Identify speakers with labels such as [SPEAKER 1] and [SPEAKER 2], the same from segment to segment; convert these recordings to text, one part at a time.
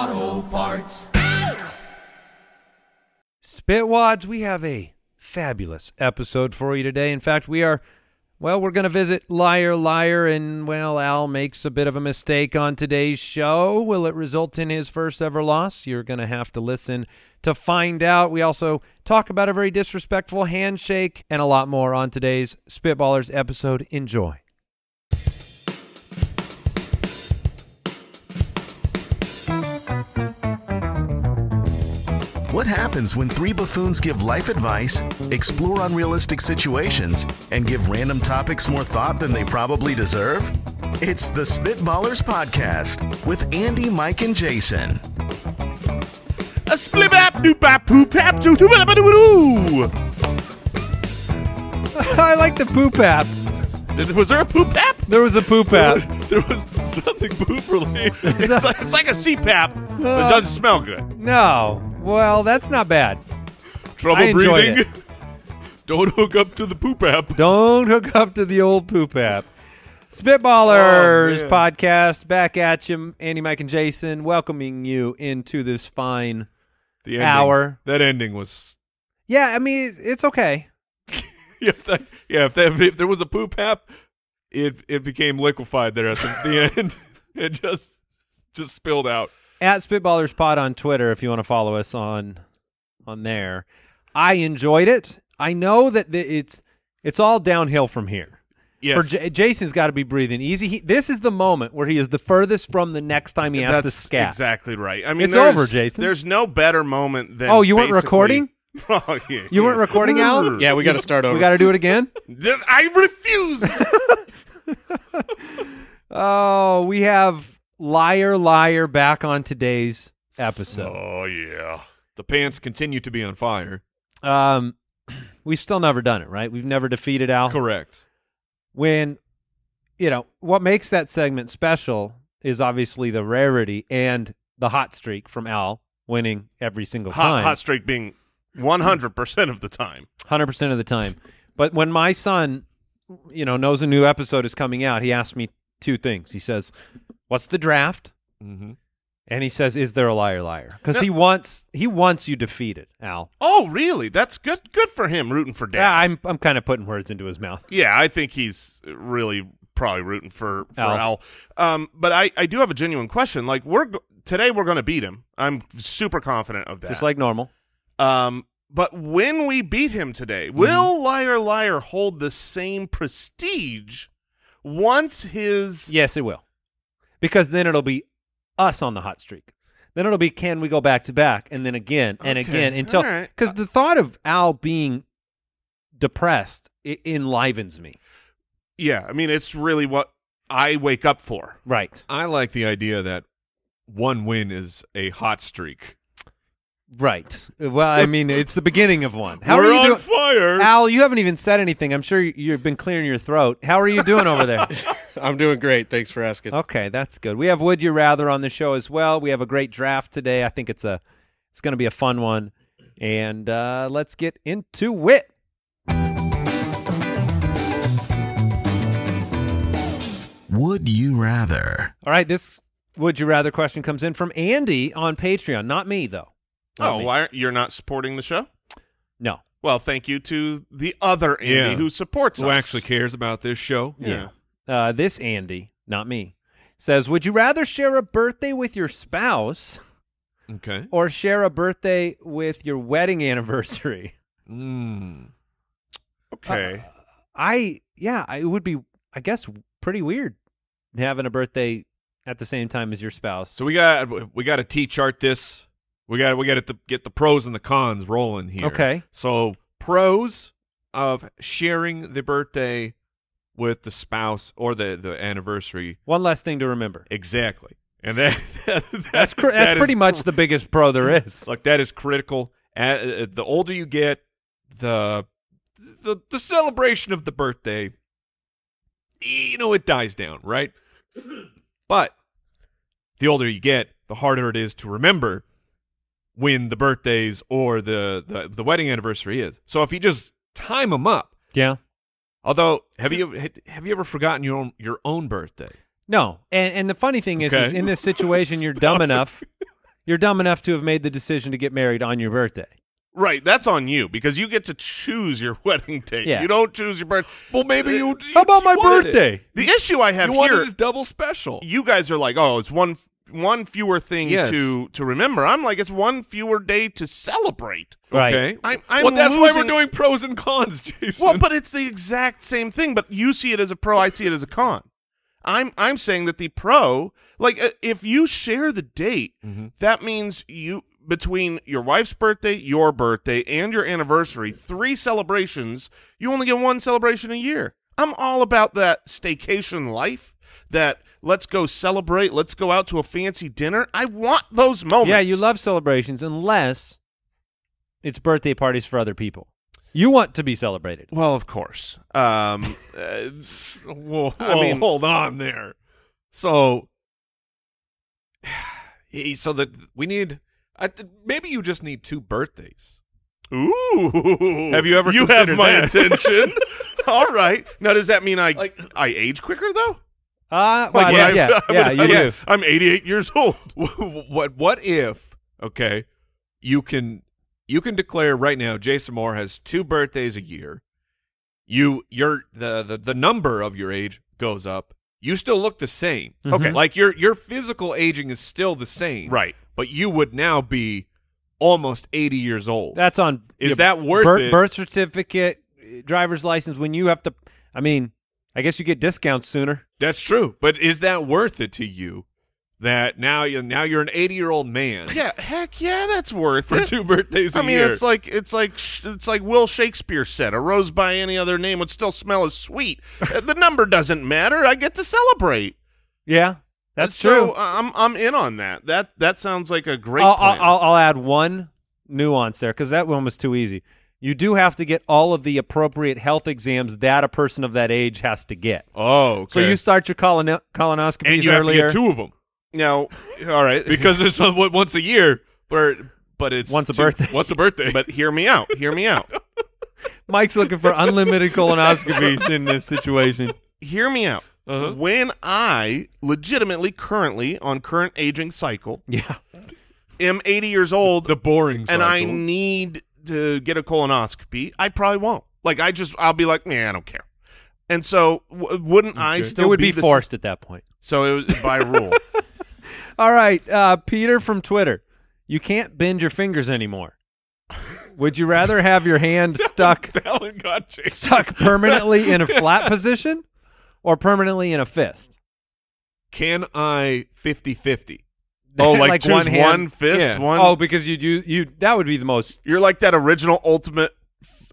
[SPEAKER 1] O'Reilly. Auto Parts.
[SPEAKER 2] Spitwads, we have a fabulous episode for you today. In fact, we are, well, we're going to visit Liar Liar, and, well, Al makes a bit of a mistake on today's show. Will it result in his first ever loss? You're going to have to listen to find out. We also talk about a very disrespectful handshake and a lot more on today's Spitballers episode. Enjoy.
[SPEAKER 3] What happens when three buffoons give life advice, explore unrealistic situations, and give random topics more thought than they probably deserve? It's the Spitballers Podcast with Andy, Mike, and Jason.
[SPEAKER 4] A splip up, doop up, poop up, doo doo ba doo
[SPEAKER 2] I like the poop app.
[SPEAKER 4] doo. Was there a poop app?
[SPEAKER 2] There was a poop app.
[SPEAKER 4] There was something poop related. It's like, it's like a
[SPEAKER 2] Uh,
[SPEAKER 4] CPAP, but it doesn't smell good.
[SPEAKER 2] No. Well, that's not bad.
[SPEAKER 4] Trouble
[SPEAKER 2] I enjoyed
[SPEAKER 4] breathing. Don't hook up to the poop app.
[SPEAKER 2] Don't hook up to the old poop app. Spitballers
[SPEAKER 4] Oh, man.
[SPEAKER 2] podcast back at you, Andy, Mike, and Jason, welcoming you into this fine.
[SPEAKER 4] The ending,
[SPEAKER 2] Hour.
[SPEAKER 4] That ending was.
[SPEAKER 2] Yeah, I mean it's- it's okay.
[SPEAKER 4] If that, yeah, if, that, if there was a poop app, it it became liquefied there at the, the end. It just just spilled out.
[SPEAKER 2] At Spitballers Pod on Twitter, if you want to follow us on on there. I enjoyed it. I know that the, it's it's all downhill from here.
[SPEAKER 4] Yes.
[SPEAKER 2] For J- Jason's got to be breathing easy. He, this is the moment where he is the furthest from the next time he has to scat.
[SPEAKER 4] exactly right. I mean,
[SPEAKER 2] It's
[SPEAKER 4] there's-
[SPEAKER 2] over, Jason.
[SPEAKER 4] There's no better moment than.
[SPEAKER 2] Oh, you weren't
[SPEAKER 4] basically-
[SPEAKER 2] recording?
[SPEAKER 4] Oh, yeah,
[SPEAKER 2] You weren't recording, Al?
[SPEAKER 5] Yeah, we got to start over.
[SPEAKER 2] We got to do it again.
[SPEAKER 4] Then I refuse.
[SPEAKER 2] Oh, we have liar liar back on today's episode.
[SPEAKER 4] oh yeah. The pants continue to be on fire.
[SPEAKER 2] Um, we've still never done it, right? We've never defeated Al.
[SPEAKER 4] Correct.
[SPEAKER 2] When you know what makes that segment special is obviously the rarity and the hot streak from Al winning every single
[SPEAKER 4] Hot
[SPEAKER 2] time,
[SPEAKER 4] hot streak being 100% of the time.
[SPEAKER 2] hundred percent of the time. But when my son, you know, knows a new episode is coming out, he asks me two things. He says, "What's the draft?"
[SPEAKER 4] Mm-hmm.
[SPEAKER 2] And he says, "Is there a liar liar?" Because he wants he wants you defeated, Al.
[SPEAKER 4] Oh, really? That's good good for him rooting for
[SPEAKER 2] Yeah,
[SPEAKER 4] dad.
[SPEAKER 2] I'm I'm kind of putting words into his mouth.
[SPEAKER 4] Yeah, I think he's really probably rooting for for
[SPEAKER 2] Al.
[SPEAKER 4] Al. Um but I I do have a genuine question. Like we're go- today we're going to beat him. I'm super confident of that.
[SPEAKER 2] Just like normal.
[SPEAKER 4] um but when we beat him today,
[SPEAKER 2] Mm-hmm.
[SPEAKER 4] will Liar Liar hold the same prestige once his
[SPEAKER 2] Yes, it will. Because then it'll be us on the hot streak. Then it'll be can we go back to back and then again and
[SPEAKER 4] Okay,
[SPEAKER 2] again until
[SPEAKER 4] all right.
[SPEAKER 2] cuz the thought of Al being depressed it enlivens me.
[SPEAKER 4] Yeah, I mean it's really what I wake up for.
[SPEAKER 2] Right.
[SPEAKER 6] I like the idea that one win is a hot streak.
[SPEAKER 2] Right. Well, I mean, it's the beginning of one. How
[SPEAKER 6] We're
[SPEAKER 2] are you
[SPEAKER 6] on
[SPEAKER 2] doing?
[SPEAKER 6] fire.
[SPEAKER 2] Al, you haven't even said anything. I'm sure you- you've been clearing your throat. How are you doing over there?
[SPEAKER 5] I'm doing great. Thanks for asking.
[SPEAKER 2] Okay, that's good. We have Would You Rather on the show as well. We have a great draft today. I think it's a it's going to be a fun one. And uh, let's get into it.
[SPEAKER 3] Would you rather?
[SPEAKER 2] All right, this Would You Rather question comes in from Andy on Patreon. Not me though. Not
[SPEAKER 4] oh,
[SPEAKER 2] me.
[SPEAKER 4] why aren't, you're not supporting the show?
[SPEAKER 2] No.
[SPEAKER 4] Well, thank you to the other Andy
[SPEAKER 6] Yeah.
[SPEAKER 4] who supports
[SPEAKER 6] Who
[SPEAKER 4] us.
[SPEAKER 6] actually cares about this show?
[SPEAKER 2] Yeah. Uh, this Andy, not me, says, "Would you rather share a birthday with your spouse
[SPEAKER 6] Okay.
[SPEAKER 2] or share a birthday with your wedding anniversary.
[SPEAKER 6] Mm. Okay.
[SPEAKER 2] I yeah, I- it would be I guess pretty weird having a birthday at the same time as your spouse.
[SPEAKER 6] so we got we got to t chart this. We got we got to get the pros and the cons rolling here.
[SPEAKER 2] Okay.
[SPEAKER 6] So pros of sharing the birthday with the spouse or the the anniversary.
[SPEAKER 2] one less thing to remember.
[SPEAKER 6] Exactly. And that,
[SPEAKER 2] That's cr- that's
[SPEAKER 6] that is
[SPEAKER 2] pretty much the biggest pro there is.
[SPEAKER 6] Like that is critical. A- uh, the older you get, the the the celebration of the birthday, you know, it dies down, right? But the older you get, the harder it is to remember when the birthdays or the the, the wedding anniversary is. So if you just time them up,
[SPEAKER 2] yeah.
[SPEAKER 6] although have you have you ever forgotten your own your own birthday?
[SPEAKER 2] No. And and the funny thing is, is
[SPEAKER 6] Okay.
[SPEAKER 2] in this situation you're dumb enough you're dumb enough to have made the decision to get married on your birthday.
[SPEAKER 4] Right, that's on you because you get to choose your wedding date.
[SPEAKER 2] Yeah.
[SPEAKER 4] You don't choose your birthday.
[SPEAKER 6] Well, maybe you. you
[SPEAKER 2] Uh, How about my
[SPEAKER 6] wanted it.
[SPEAKER 2] birthday?
[SPEAKER 4] The issue I have
[SPEAKER 6] You
[SPEAKER 4] here,
[SPEAKER 6] wanted a double special.
[SPEAKER 4] you guys are like, oh, it's one one fewer thing
[SPEAKER 6] Yes.
[SPEAKER 4] to to remember. I'm like, it's one fewer day to celebrate.
[SPEAKER 2] Right.
[SPEAKER 6] Okay.
[SPEAKER 4] I'm- I'm
[SPEAKER 6] well, that's why
[SPEAKER 4] losing-
[SPEAKER 6] we're doing pros and cons, Jason.
[SPEAKER 4] Well, but it's the exact same thing. But you see it as a pro, I see it as a con. I'm I'm saying that the pro, like uh, if you share the date,
[SPEAKER 2] Mm-hmm.
[SPEAKER 4] that means you between your wife's birthday, your birthday, and your anniversary, three celebrations. You only get one celebration a year. I'm all about that staycation life. That let's go celebrate. Let's go out to a fancy dinner. I want those moments.
[SPEAKER 2] Yeah, you love celebrations unless it's birthday parties for other people. You want to be celebrated.
[SPEAKER 4] Well, of course. Um, uh,
[SPEAKER 6] whoa,
[SPEAKER 4] I
[SPEAKER 6] whoa,
[SPEAKER 4] mean-
[SPEAKER 6] hold on there. So, he- so that we need. I, th- maybe you just need two birthdays.
[SPEAKER 4] Ooh.
[SPEAKER 6] Have you ever
[SPEAKER 4] You have
[SPEAKER 6] considered
[SPEAKER 4] my
[SPEAKER 6] that?
[SPEAKER 4] attention. All right. Now, does that mean I
[SPEAKER 6] Like-
[SPEAKER 4] I age quicker though?
[SPEAKER 2] Uh, well,
[SPEAKER 4] when
[SPEAKER 2] yeah,
[SPEAKER 4] I-
[SPEAKER 2] yeah,
[SPEAKER 4] when
[SPEAKER 2] yeah,
[SPEAKER 4] I-
[SPEAKER 2] you do.
[SPEAKER 4] yes, I'm 88 years old.
[SPEAKER 6] what? What if? Okay, you can you can declare right now. Jason Moore has two birthdays a year. You your the the, the number of your age goes up. You still look the same.
[SPEAKER 4] Okay.
[SPEAKER 6] like your your physical aging is still the same.
[SPEAKER 4] Right.
[SPEAKER 6] but you would now be almost 80 years old.
[SPEAKER 2] That's on.
[SPEAKER 6] Is
[SPEAKER 2] your
[SPEAKER 6] that worth
[SPEAKER 2] birth,
[SPEAKER 6] it?
[SPEAKER 2] Birth certificate, driver's license. When you have to, I mean, I guess you get discounts sooner.
[SPEAKER 6] That's true. But is that worth it to you? That now you now you're an 80 year old man
[SPEAKER 4] Yeah. Heck yeah, that's worth
[SPEAKER 6] for
[SPEAKER 4] it.
[SPEAKER 6] two birthdays a
[SPEAKER 4] I mean,
[SPEAKER 6] year.
[SPEAKER 4] it's like it's like sh- it's like Will Shakespeare said, "A rose by any other name would still smell as sweet." Uh, the number doesn't matter. I get to celebrate.
[SPEAKER 2] Yeah, that's
[SPEAKER 4] so,
[SPEAKER 2] true.
[SPEAKER 4] uh, I'm I'm in on that. That that sounds like a great
[SPEAKER 2] I'll,
[SPEAKER 4] plan.
[SPEAKER 2] I'll, I'll, I'll add one nuance there because that one was too easy. You do have to get all of the appropriate health exams that a person of that age has to get.
[SPEAKER 6] oh,
[SPEAKER 2] So
[SPEAKER 6] okay.
[SPEAKER 2] you start your colon- colonoscopies
[SPEAKER 6] and you have
[SPEAKER 2] earlier.
[SPEAKER 6] to get two of them
[SPEAKER 4] now, all right.
[SPEAKER 6] because there's some, what, once a year, but but it's
[SPEAKER 2] Once a
[SPEAKER 6] two-
[SPEAKER 2] birthday.
[SPEAKER 6] Once a birthday.
[SPEAKER 4] but hear me out. Hear me out.
[SPEAKER 2] Mike's looking for unlimited colonoscopies in this situation.
[SPEAKER 4] hear me out.
[SPEAKER 6] Uh-huh.
[SPEAKER 4] When I legitimately currently on current aging cycle
[SPEAKER 2] Yeah.
[SPEAKER 4] am 80 years old
[SPEAKER 6] the boring
[SPEAKER 4] and I
[SPEAKER 6] cycle.
[SPEAKER 4] need to get a colonoscopy, I probably won't. Like I just I'll be like, "Man, I don't care." And so w- wouldn't I
[SPEAKER 2] It
[SPEAKER 4] still
[SPEAKER 2] would be
[SPEAKER 4] the s-
[SPEAKER 2] forced at that point.
[SPEAKER 4] So it was by rule.
[SPEAKER 2] All right, uh, Peter from Twitter. You can't bend your fingers anymore. Would you rather have your hand stuck
[SPEAKER 6] That one got Jason.
[SPEAKER 2] stuck permanently in a flat position or permanently in a fist?
[SPEAKER 6] Can I 50 50?
[SPEAKER 4] oh, like, choose
[SPEAKER 2] one
[SPEAKER 4] one,
[SPEAKER 2] hand-
[SPEAKER 4] fist,
[SPEAKER 6] yeah.
[SPEAKER 4] one
[SPEAKER 2] Oh, because you do you that would be the most
[SPEAKER 4] You're like that original ultimate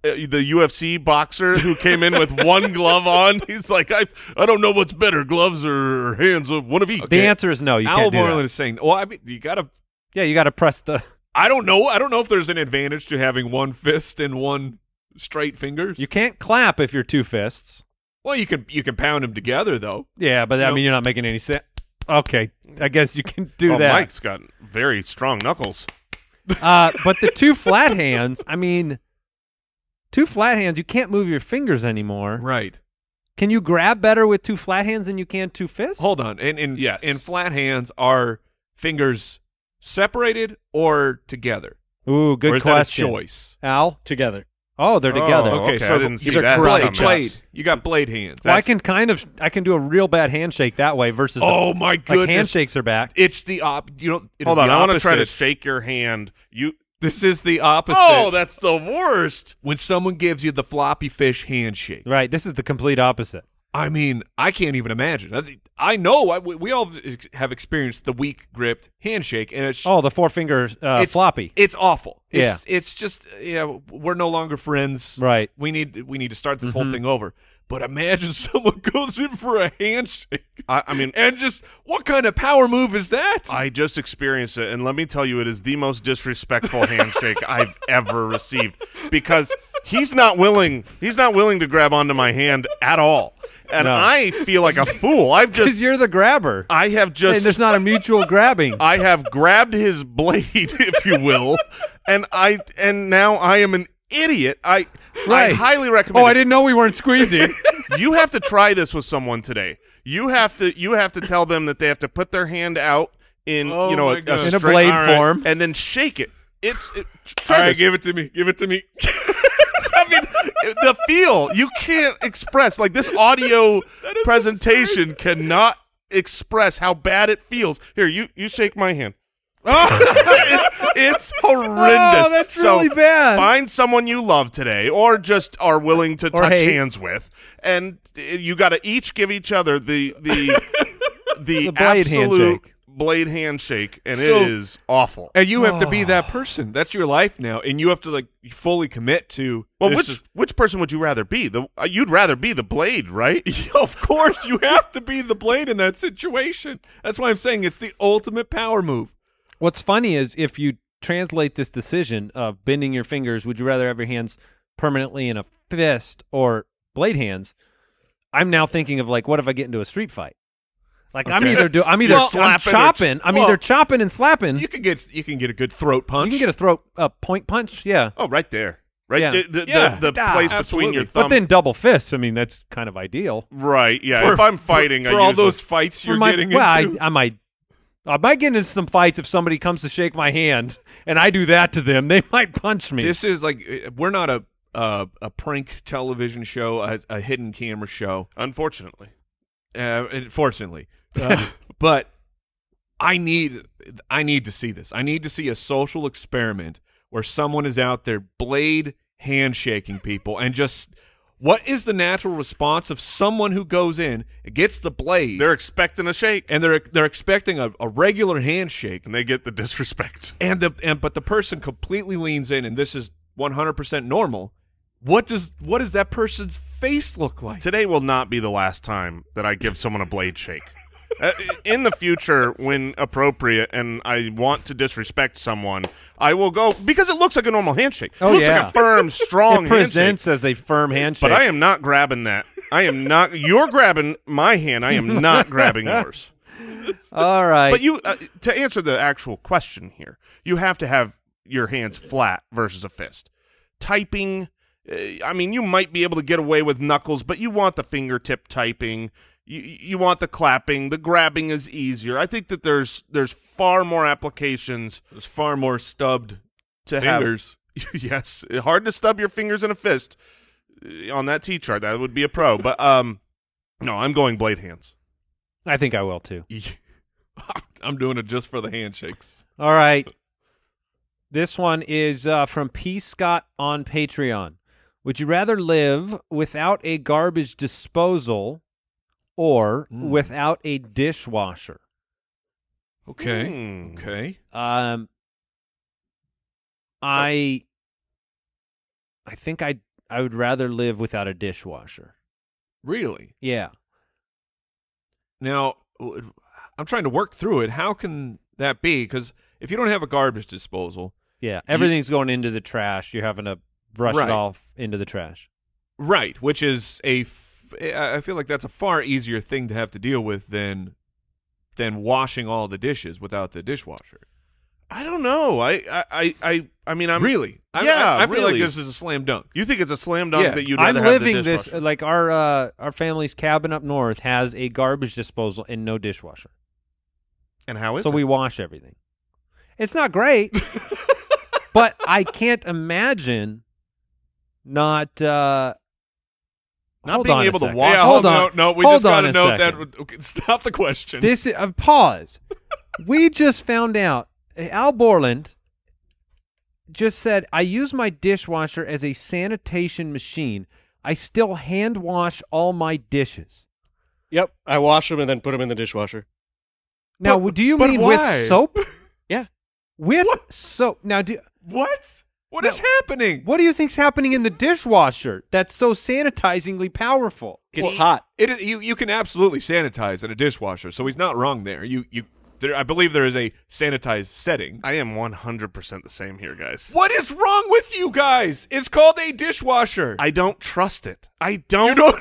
[SPEAKER 4] uh, the UFC boxer who came in with one glove on. He's like, "I I don't know what's better, gloves or hands, uh, one of each."
[SPEAKER 2] The answer is no, you
[SPEAKER 6] Al
[SPEAKER 2] can't do
[SPEAKER 6] Moreland
[SPEAKER 2] that.
[SPEAKER 6] is saying, well, I mean, you got to.
[SPEAKER 2] Yeah, you got to press the
[SPEAKER 6] I don't know. I don't know if there's an advantage to having one fist and one straight fingers.
[SPEAKER 2] You can't clap if you're two fists.
[SPEAKER 6] well, you can you can pound them together though.
[SPEAKER 2] Yeah, but I
[SPEAKER 6] Nope.
[SPEAKER 2] mean you're not making any sense. Okay, I guess you can do
[SPEAKER 4] oh,
[SPEAKER 2] that.
[SPEAKER 4] Mike's got very strong knuckles.
[SPEAKER 2] Uh, but the two flat hands, I mean, two flat hands, you can't move your fingers anymore.
[SPEAKER 6] Right.
[SPEAKER 2] Can you grab better with two flat hands than you can two fists?
[SPEAKER 6] Hold on. And and
[SPEAKER 4] Yes.
[SPEAKER 6] and flat hands are fingers separated or together.
[SPEAKER 2] Ooh, good
[SPEAKER 6] or is
[SPEAKER 2] question.
[SPEAKER 6] that a choice?
[SPEAKER 2] Al,
[SPEAKER 7] Together.
[SPEAKER 2] Oh, they're together.
[SPEAKER 4] Oh, okay,
[SPEAKER 6] so
[SPEAKER 4] I didn't
[SPEAKER 6] these
[SPEAKER 4] see
[SPEAKER 6] are
[SPEAKER 4] that.
[SPEAKER 6] Blade,
[SPEAKER 4] coming.
[SPEAKER 6] blade. You got blade hands.
[SPEAKER 2] Well, I can kind of I can do a real bad handshake that way versus the-
[SPEAKER 6] oh my goodness!
[SPEAKER 2] like handshakes are back.
[SPEAKER 6] It's the op. You know. it's
[SPEAKER 4] Hold on,
[SPEAKER 6] the
[SPEAKER 4] I want to try to
[SPEAKER 6] opposite.
[SPEAKER 4] shake your hand. You.
[SPEAKER 6] This is the opposite.
[SPEAKER 4] Oh, that's the worst.
[SPEAKER 6] when someone gives you the floppy fish handshake.
[SPEAKER 2] Right. This is the complete opposite.
[SPEAKER 6] I mean, I can't even imagine. I, th- I know I, we we all ex- have experienced the weak gripped handshake, and it's
[SPEAKER 2] Oh, the four finger uh,
[SPEAKER 6] it's
[SPEAKER 2] floppy.
[SPEAKER 6] It's awful. It's, it's just you know we're no longer friends.
[SPEAKER 2] Right.
[SPEAKER 6] We need we need to start this whole thing over. But imagine someone goes in for a handshake,
[SPEAKER 4] I, I mean,
[SPEAKER 6] and just what kind of power move is that?
[SPEAKER 4] I just experienced it, and let me tell you, it is the most disrespectful handshake I've ever received because he's not willing. He's not willing to grab onto my hand at all, and
[SPEAKER 2] No.
[SPEAKER 4] I feel like a fool. I've
[SPEAKER 2] Because
[SPEAKER 4] just,
[SPEAKER 2] you're the grabber.
[SPEAKER 4] I have
[SPEAKER 2] and
[SPEAKER 4] just,
[SPEAKER 2] there's not a mutual grabbing.
[SPEAKER 4] I have grabbed his blade, if you will, and I, and now I am an idiot. I, I
[SPEAKER 2] Right.
[SPEAKER 4] highly recommend.
[SPEAKER 2] oh, I
[SPEAKER 4] it.
[SPEAKER 2] didn't know we weren't squeezing.
[SPEAKER 4] you have to try this with someone today. You have to you have to tell them that they have to put their hand out in
[SPEAKER 6] Oh
[SPEAKER 4] you know a,
[SPEAKER 6] my God.
[SPEAKER 4] a
[SPEAKER 2] In a
[SPEAKER 4] straight-
[SPEAKER 2] blade
[SPEAKER 4] All
[SPEAKER 2] form.
[SPEAKER 4] and then shake it. It's it, try
[SPEAKER 6] All right,
[SPEAKER 4] this.
[SPEAKER 6] give it to me. Give it to me.
[SPEAKER 4] I mean, the feel you can't express like this audio presentation cannot express how bad it feels. Here, you you shake my hand. it's horrendous.
[SPEAKER 2] Oh, that's
[SPEAKER 4] So
[SPEAKER 2] really bad.
[SPEAKER 4] Find someone you love today, or just are willing to
[SPEAKER 2] Or
[SPEAKER 4] touch
[SPEAKER 2] hate.
[SPEAKER 4] hands with, and uh, you got to each give each other the the the,
[SPEAKER 2] The blade
[SPEAKER 4] absolute
[SPEAKER 2] handshake.
[SPEAKER 4] blade handshake, and
[SPEAKER 6] So-
[SPEAKER 4] it is awful.
[SPEAKER 6] And you have to be that person. That's your life now, and you have to like fully commit to.
[SPEAKER 4] well,
[SPEAKER 6] this
[SPEAKER 4] which
[SPEAKER 6] is-
[SPEAKER 4] which person would you rather be? The uh, you'd rather be the blade, right?
[SPEAKER 2] Oh,
[SPEAKER 6] of course, you have to be the blade in that situation. That's why I'm saying it's the ultimate power move.
[SPEAKER 2] What's funny is if you translate this decision of bending your fingers, would you rather have your hands permanently in a fist or blade hands? I'm now thinking of like, what if I get into a street fight? Like I'm either do I'm either
[SPEAKER 6] Well,
[SPEAKER 2] I'm
[SPEAKER 4] slapping or ch-
[SPEAKER 2] chopping, I'm
[SPEAKER 6] well,
[SPEAKER 2] either chopping and slapping.
[SPEAKER 6] You can get you Mm-hmm. can get a good throat punch.
[SPEAKER 2] You can get a throat a point punch, yeah.
[SPEAKER 4] Oh, right there, right
[SPEAKER 2] Yeah. Ah,
[SPEAKER 4] the the,
[SPEAKER 6] Yeah.
[SPEAKER 4] the, the
[SPEAKER 6] Yeah,
[SPEAKER 4] place between
[SPEAKER 6] absolutely.
[SPEAKER 4] your
[SPEAKER 2] But
[SPEAKER 4] thumb.
[SPEAKER 2] then double fists. I mean, that's kind of ideal.
[SPEAKER 4] right, yeah.
[SPEAKER 6] For-
[SPEAKER 4] if I'm fighting,
[SPEAKER 6] for,
[SPEAKER 4] I
[SPEAKER 6] all
[SPEAKER 4] usually-
[SPEAKER 6] those fights you're
[SPEAKER 2] For my-
[SPEAKER 6] getting
[SPEAKER 2] well,
[SPEAKER 6] into.
[SPEAKER 2] I, I might. I might get into some fights if somebody comes to shake my hand and I do that to them. They might punch me.
[SPEAKER 6] this is like uh, we're not a uh, a prank television show, a, a hidden camera show.
[SPEAKER 4] unfortunately.
[SPEAKER 6] Uh, fortunately, uh, but I need I need to see this. I need to see a social experiment where someone is out there blade handshaking people and just what is the natural response of someone who goes in gets the blade
[SPEAKER 4] They're expecting a shake,
[SPEAKER 6] and they're they're expecting a, a regular handshake
[SPEAKER 4] and they get the disrespect.
[SPEAKER 6] and the and but the person completely leans in and this is 100% normal what does what does that person's face look like
[SPEAKER 4] Today will not be the last time that I give someone a blade shake. Uh, in the future, when appropriate, and I want to disrespect someone, I will go because it looks like a normal handshake.
[SPEAKER 2] Oh,
[SPEAKER 4] it looks
[SPEAKER 2] yeah.
[SPEAKER 4] like a firm, strong
[SPEAKER 2] it
[SPEAKER 4] handshake.
[SPEAKER 2] presents as a firm handshake.
[SPEAKER 4] But I am not grabbing that. I am not. You're grabbing my hand. I am not grabbing yours.
[SPEAKER 2] All right.
[SPEAKER 4] But you, uh, to answer the actual question here, you have to have your hands flat versus a fist. Typing, uh, I mean, you might be able to get away with knuckles, but you want the fingertip typing. You, you want the clapping. The grabbing is easier. I think that there's there's far more applications
[SPEAKER 6] there's far more stubbed
[SPEAKER 4] to
[SPEAKER 6] fingers
[SPEAKER 4] have. yes, hard to stub your fingers in a fist Uh, on that T chart. That would be a pro. but um, no, I'm going blade hands.
[SPEAKER 2] I think I will too.
[SPEAKER 6] I'm doing it just for the handshakes.
[SPEAKER 2] All right. This one is uh, from P. Scott on Patreon. Would you rather live without a garbage disposal or
[SPEAKER 6] Mm.
[SPEAKER 2] without a dishwasher?
[SPEAKER 6] Okay.
[SPEAKER 4] Hmm.
[SPEAKER 6] Okay.
[SPEAKER 2] Um, I, I think I I would rather live without a dishwasher.
[SPEAKER 6] Really?
[SPEAKER 2] Yeah.
[SPEAKER 6] Now, w- I'm trying to work through it. How can that be? Because if you don't have a garbage disposal,
[SPEAKER 2] Yeah. Everything's going into the trash. You're having to brush
[SPEAKER 6] Right.
[SPEAKER 2] it off into the trash.
[SPEAKER 6] right, which is a, f- I I feel like that's a far easier thing to have to deal with than than washing all the dishes without the dishwasher.
[SPEAKER 4] I don't know. I I I I, I mean, I'm
[SPEAKER 6] really? I,
[SPEAKER 4] Yeah,
[SPEAKER 6] I, I feel like
[SPEAKER 4] really.
[SPEAKER 6] this is a slam dunk.
[SPEAKER 4] You think it's a slam dunk
[SPEAKER 6] Yeah.
[SPEAKER 4] that you'd
[SPEAKER 2] I'm
[SPEAKER 4] rather have the
[SPEAKER 2] living this
[SPEAKER 4] dishwasher?
[SPEAKER 2] like our uh, our family's cabin up north has a garbage disposal and no dishwasher,
[SPEAKER 4] and how Oh, is
[SPEAKER 2] so
[SPEAKER 4] it?
[SPEAKER 2] we wash everything. It's not great, but I can't imagine not uh,
[SPEAKER 4] Not
[SPEAKER 2] hold
[SPEAKER 4] being
[SPEAKER 2] on a
[SPEAKER 4] able to
[SPEAKER 2] second.
[SPEAKER 4] walk.
[SPEAKER 2] Yeah, hold
[SPEAKER 8] no,
[SPEAKER 2] on.
[SPEAKER 8] No, we
[SPEAKER 2] Hold
[SPEAKER 8] just got
[SPEAKER 2] on
[SPEAKER 8] to note
[SPEAKER 2] a
[SPEAKER 8] that.
[SPEAKER 2] second.
[SPEAKER 8] okay, stop the question.
[SPEAKER 2] This is, uh, pause. we just found out Al Borland just said I use my dishwasher as a sanitation machine. I still hand wash all my dishes.
[SPEAKER 7] Yep, I wash them and then put them in the dishwasher.
[SPEAKER 2] Now,
[SPEAKER 8] But-
[SPEAKER 2] do you
[SPEAKER 8] but
[SPEAKER 2] mean
[SPEAKER 8] why?
[SPEAKER 2] with soap?
[SPEAKER 7] Yeah.
[SPEAKER 2] With soap. Now, do
[SPEAKER 8] what? What
[SPEAKER 2] No.
[SPEAKER 8] is happening?
[SPEAKER 2] what do you think's happening in the dishwasher that's so sanitizingly powerful?
[SPEAKER 7] It's hot.
[SPEAKER 8] It is, you you can absolutely sanitize in a dishwasher, so he's not wrong there. You you there, I believe there is a sanitized setting.
[SPEAKER 4] I am 100% the same here, guys.
[SPEAKER 8] What is wrong with you guys? It's called a dishwasher.
[SPEAKER 4] I don't trust it. I don't,
[SPEAKER 8] don't-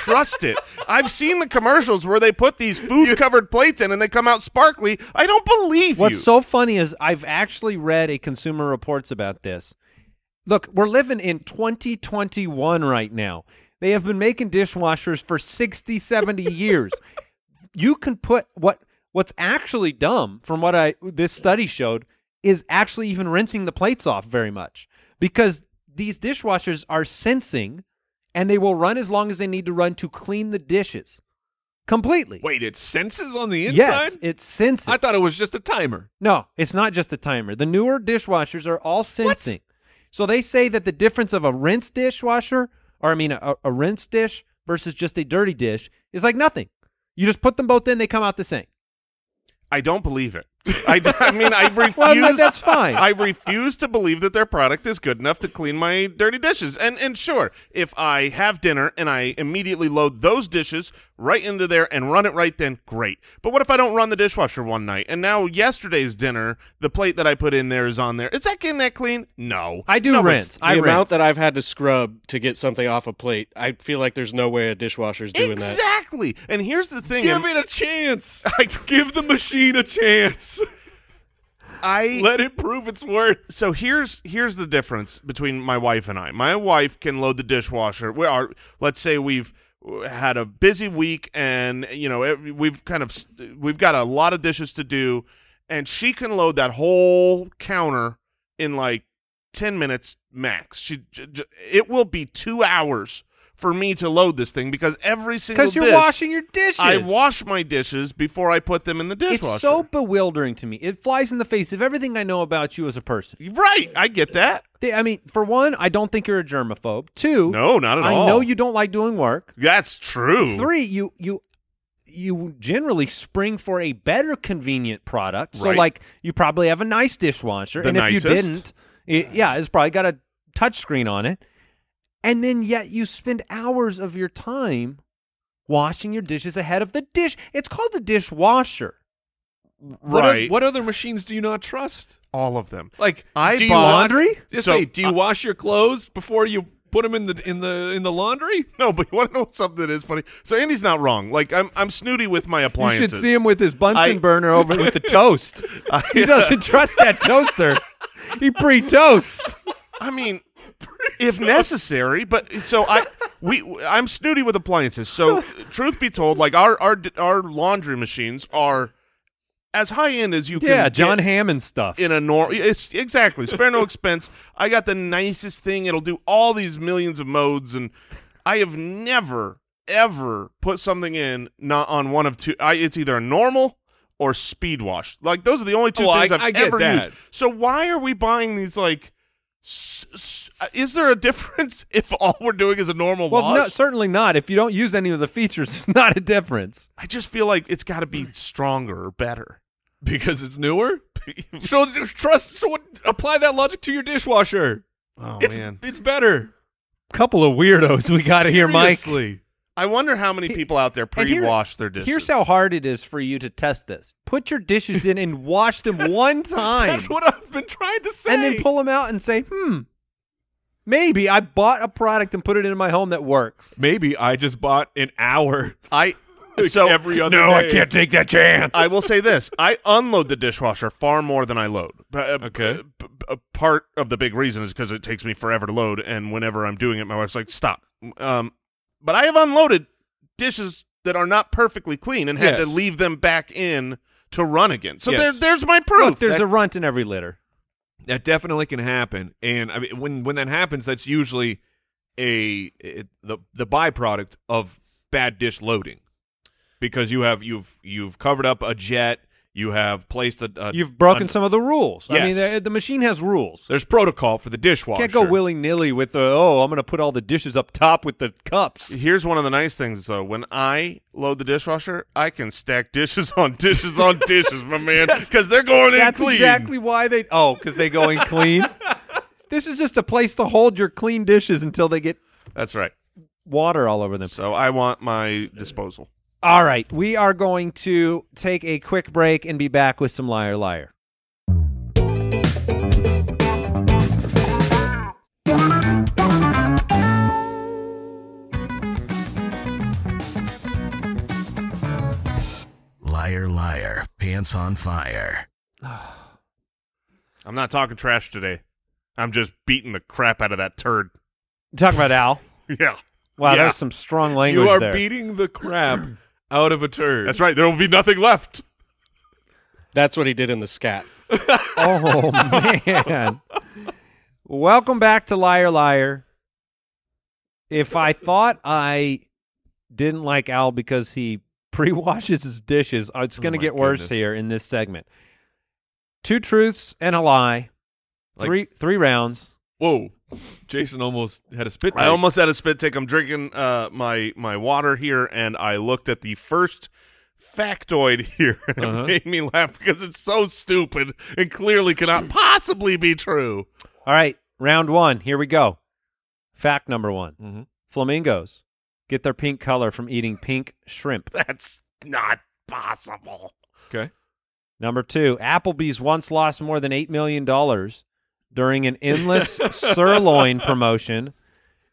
[SPEAKER 4] trust it. I've seen the commercials where they put these food covered plates in and they come out sparkly. I don't believe
[SPEAKER 2] What's
[SPEAKER 4] you.
[SPEAKER 2] so funny is I've actually read a Consumer Reports about this. Look, we're living in 2021 right now. They have been making dishwashers for 60, 70 years. You can put what what's actually dumb from what I this study showed is actually even rinsing the plates off very much because these dishwashers are sensing and they will run as long as they need to run to clean the dishes completely.
[SPEAKER 8] Wait, it senses on the inside?
[SPEAKER 2] yes, it senses.
[SPEAKER 8] I thought it was just a timer.
[SPEAKER 2] No, it's not just a timer. The newer dishwashers are all sensing. So they say that the difference of a rinsed dishwasher, or I mean a, a rinsed dish versus just a dirty dish, is like nothing. You just put them both in, they come out the same.
[SPEAKER 4] I don't believe it. I, d- I mean, I refuse.
[SPEAKER 2] Well, no, that's fine.
[SPEAKER 4] I refuse to believe that their product is good enough to clean my dirty dishes. And and sure, if I have dinner and I immediately load those dishes right into there and run it right then, great. But what if I don't run the dishwasher one night and now yesterday's dinner, the plate that I put in there is on there? Is that getting that clean? No.
[SPEAKER 2] I do
[SPEAKER 4] No, it's-
[SPEAKER 2] rinse. I
[SPEAKER 7] the
[SPEAKER 2] rinse.
[SPEAKER 7] amount that I've had to scrub to get something off a plate, I feel like there's no way a dishwasher's doing that.
[SPEAKER 4] Exactly. And here's the thing.
[SPEAKER 8] Give
[SPEAKER 4] and
[SPEAKER 8] it a chance. Give the machine a chance.
[SPEAKER 4] I
[SPEAKER 8] Let it prove its worth.
[SPEAKER 4] so here's here's the difference between my wife and I. My wife can load the dishwasher. We are let's say we've uh, had a busy week and you know it- we've kind of st- we've got a lot of dishes to do and she can load that whole counter in like 10 minutes max. She j- j- it will be 2 hours for me to load this thing because every single
[SPEAKER 2] Because you're
[SPEAKER 4] dish-
[SPEAKER 2] washing your dishes.
[SPEAKER 4] I wash my dishes before I put them in the dishwasher.
[SPEAKER 2] It's so bewildering to me. It flies in the face of everything I know about you as a person.
[SPEAKER 4] right, I get that.
[SPEAKER 2] They- I mean, for one, I don't think you're a germaphobe. Two,
[SPEAKER 4] No, not at
[SPEAKER 2] I
[SPEAKER 4] all.
[SPEAKER 2] know you don't like doing work.
[SPEAKER 4] That's true.
[SPEAKER 2] Three, you you you generally spring for a better convenient product. So
[SPEAKER 4] Right.
[SPEAKER 2] like you probably have a nice dishwasher,
[SPEAKER 4] The
[SPEAKER 2] and if you
[SPEAKER 4] nicest.
[SPEAKER 2] didn't, it, yeah, it's probably got a touch screen on it. And then yet you spend hours of your time washing your dishes ahead of the dish. It's called a dishwasher.
[SPEAKER 8] What, o-
[SPEAKER 4] Right.
[SPEAKER 8] what other machines do you not trust?
[SPEAKER 4] all of them.
[SPEAKER 8] Like
[SPEAKER 4] I
[SPEAKER 8] do you
[SPEAKER 4] bought-
[SPEAKER 8] want-
[SPEAKER 2] Laundry?
[SPEAKER 8] Just
[SPEAKER 4] So,
[SPEAKER 8] say, do you
[SPEAKER 4] uh,
[SPEAKER 8] wash your clothes before you put them in the in the in the laundry?
[SPEAKER 4] No, but you want to know something that is funny? So Andy's not wrong. Like I'm, I'm snooty with my appliances.
[SPEAKER 2] You should see him with his Bunsen
[SPEAKER 4] I-
[SPEAKER 2] burner over with the toast. he doesn't trust that toaster. He pre-toasts.
[SPEAKER 4] I mean, if necessary, but so I, we, I'm snooty with appliances. So truth be told, like our our our laundry machines are as high end as you can.
[SPEAKER 2] Yeah, John
[SPEAKER 4] get
[SPEAKER 2] Hammond stuff.
[SPEAKER 4] in a normal. It's exactly spare no expense. I got the nicest thing. It'll do all these millions of modes, and I have never ever put something in not on one of two. I, it's either a normal or speed wash. Like those are the only two
[SPEAKER 8] Oh, I-
[SPEAKER 4] things I, have
[SPEAKER 8] I get
[SPEAKER 4] ever
[SPEAKER 8] that.
[SPEAKER 4] used. So why are we buying these? Like, s- s- is there a difference if all we're doing is a normal
[SPEAKER 2] Well,
[SPEAKER 4] wash?
[SPEAKER 2] no, certainly not. If you don't use any of the features, it's not a difference.
[SPEAKER 4] I just feel like it's got to be stronger or better.
[SPEAKER 8] Because it's newer. so trust. So what, apply that logic to your dishwasher.
[SPEAKER 4] Oh
[SPEAKER 8] it's
[SPEAKER 4] man,
[SPEAKER 8] it's better.
[SPEAKER 2] Couple of weirdos we got to hear, Mike.
[SPEAKER 8] Seriously.
[SPEAKER 4] I wonder how many people out there
[SPEAKER 2] And here-
[SPEAKER 4] pre-wash their dishes.
[SPEAKER 2] Here's how hard it is for you to test this: put your dishes in and wash them one time,
[SPEAKER 8] That's what I've been trying to say.
[SPEAKER 2] and then pull them out and say, "Hmm, maybe I bought a product and put it in my home that works."
[SPEAKER 8] Maybe I just bought an hour.
[SPEAKER 4] I.
[SPEAKER 8] Like
[SPEAKER 4] So
[SPEAKER 8] every other day.
[SPEAKER 2] take that chance.
[SPEAKER 4] I will say this: I unload the dishwasher far more than I load. B- uh,
[SPEAKER 8] Okay.
[SPEAKER 4] b- b- a part of the big reason is because it takes me forever to load, and whenever I'm doing it, my wife's like, "Stop." Um, but I have unloaded dishes that are not perfectly clean and had
[SPEAKER 8] Yes.
[SPEAKER 4] to leave them back in to run again. So
[SPEAKER 8] Yes.
[SPEAKER 4] there, there's my proof.
[SPEAKER 2] Look, there's
[SPEAKER 4] That-
[SPEAKER 2] a runt in every litter.
[SPEAKER 8] That definitely can happen, and I mean, when when that happens, that's usually
[SPEAKER 6] a it, the the byproduct of bad dish loading because you have you've you've covered up a jet, you have placed a, a
[SPEAKER 2] You've broken
[SPEAKER 6] an-
[SPEAKER 2] some of the rules. I mean,
[SPEAKER 6] Uh, Yes.
[SPEAKER 2] the, the machine has rules.
[SPEAKER 6] There's protocol for the dishwasher.
[SPEAKER 2] Can't go willy nilly with the oh, I'm going to put all the dishes up top with the cups.
[SPEAKER 4] Here's one of the nice things though. When I load the dishwasher, I can stack dishes on dishes on dishes, my man, because they're going in
[SPEAKER 2] That's
[SPEAKER 4] clean.
[SPEAKER 2] exactly why they. Oh, because they go in clean. this is just a place to hold your clean dishes until they get
[SPEAKER 4] That's right.
[SPEAKER 2] water all over them.
[SPEAKER 4] So I want my disposal.
[SPEAKER 2] All right, we are going to take a quick break and be back with some liar liar.
[SPEAKER 9] Liar, liar, pants on fire.
[SPEAKER 4] I'm not talking trash today. I'm just beating the crap out of that turd.
[SPEAKER 2] Talk about Al.
[SPEAKER 4] Yeah.
[SPEAKER 2] Wow,
[SPEAKER 4] Yeah.
[SPEAKER 2] there's some strong language
[SPEAKER 6] You are
[SPEAKER 2] there.
[SPEAKER 6] beating the crap out of a turd.
[SPEAKER 4] That's right. There will be nothing left.
[SPEAKER 7] That's what he did in the scat.
[SPEAKER 2] oh man. Welcome back to Liar Liar. If I thought I didn't like Al because he pre-washes his dishes, oh, it's going to
[SPEAKER 6] Oh my
[SPEAKER 2] get worse
[SPEAKER 6] goodness.
[SPEAKER 2] here in this segment. Two truths and a lie.
[SPEAKER 6] Like-
[SPEAKER 2] three three rounds.
[SPEAKER 6] Whoa, Jason almost had a spit.
[SPEAKER 4] I
[SPEAKER 6] take.
[SPEAKER 4] almost had a spit take. I'm drinking uh, my my water here, and I looked at the first factoid here, and
[SPEAKER 6] Uh-huh.
[SPEAKER 4] it made me laugh because it's so stupid and clearly cannot possibly be true.
[SPEAKER 2] All right, round 1. Here we go. Fact number one
[SPEAKER 6] Mhm.
[SPEAKER 2] Flamingos get their pink color from eating pink shrimp.
[SPEAKER 4] That's not possible.
[SPEAKER 6] Okay.
[SPEAKER 2] Number two, Applebee's once lost more than $8 million during an endless sirloin promotion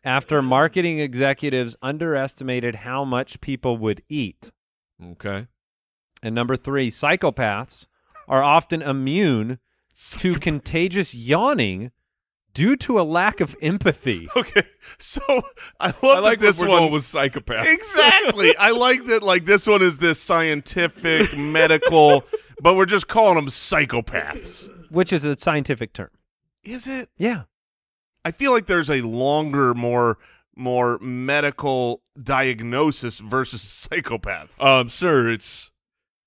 [SPEAKER 2] after marketing executives underestimated how much people would eat.
[SPEAKER 6] Okay.
[SPEAKER 2] And number three, psychopaths are often immune to contagious yawning due to a lack of empathy.
[SPEAKER 4] Okay, so I love
[SPEAKER 6] I
[SPEAKER 4] that
[SPEAKER 6] like
[SPEAKER 4] this
[SPEAKER 6] what we're
[SPEAKER 4] one
[SPEAKER 6] going with psychopath.
[SPEAKER 4] Exactly. I like that. Like this one is this scientific, medical, but we're just calling them psychopaths.
[SPEAKER 2] which is a scientific term.
[SPEAKER 4] Is it?
[SPEAKER 2] Yeah.
[SPEAKER 4] I feel like there's a longer, more more medical diagnosis versus psychopaths.
[SPEAKER 6] Um, sir, it's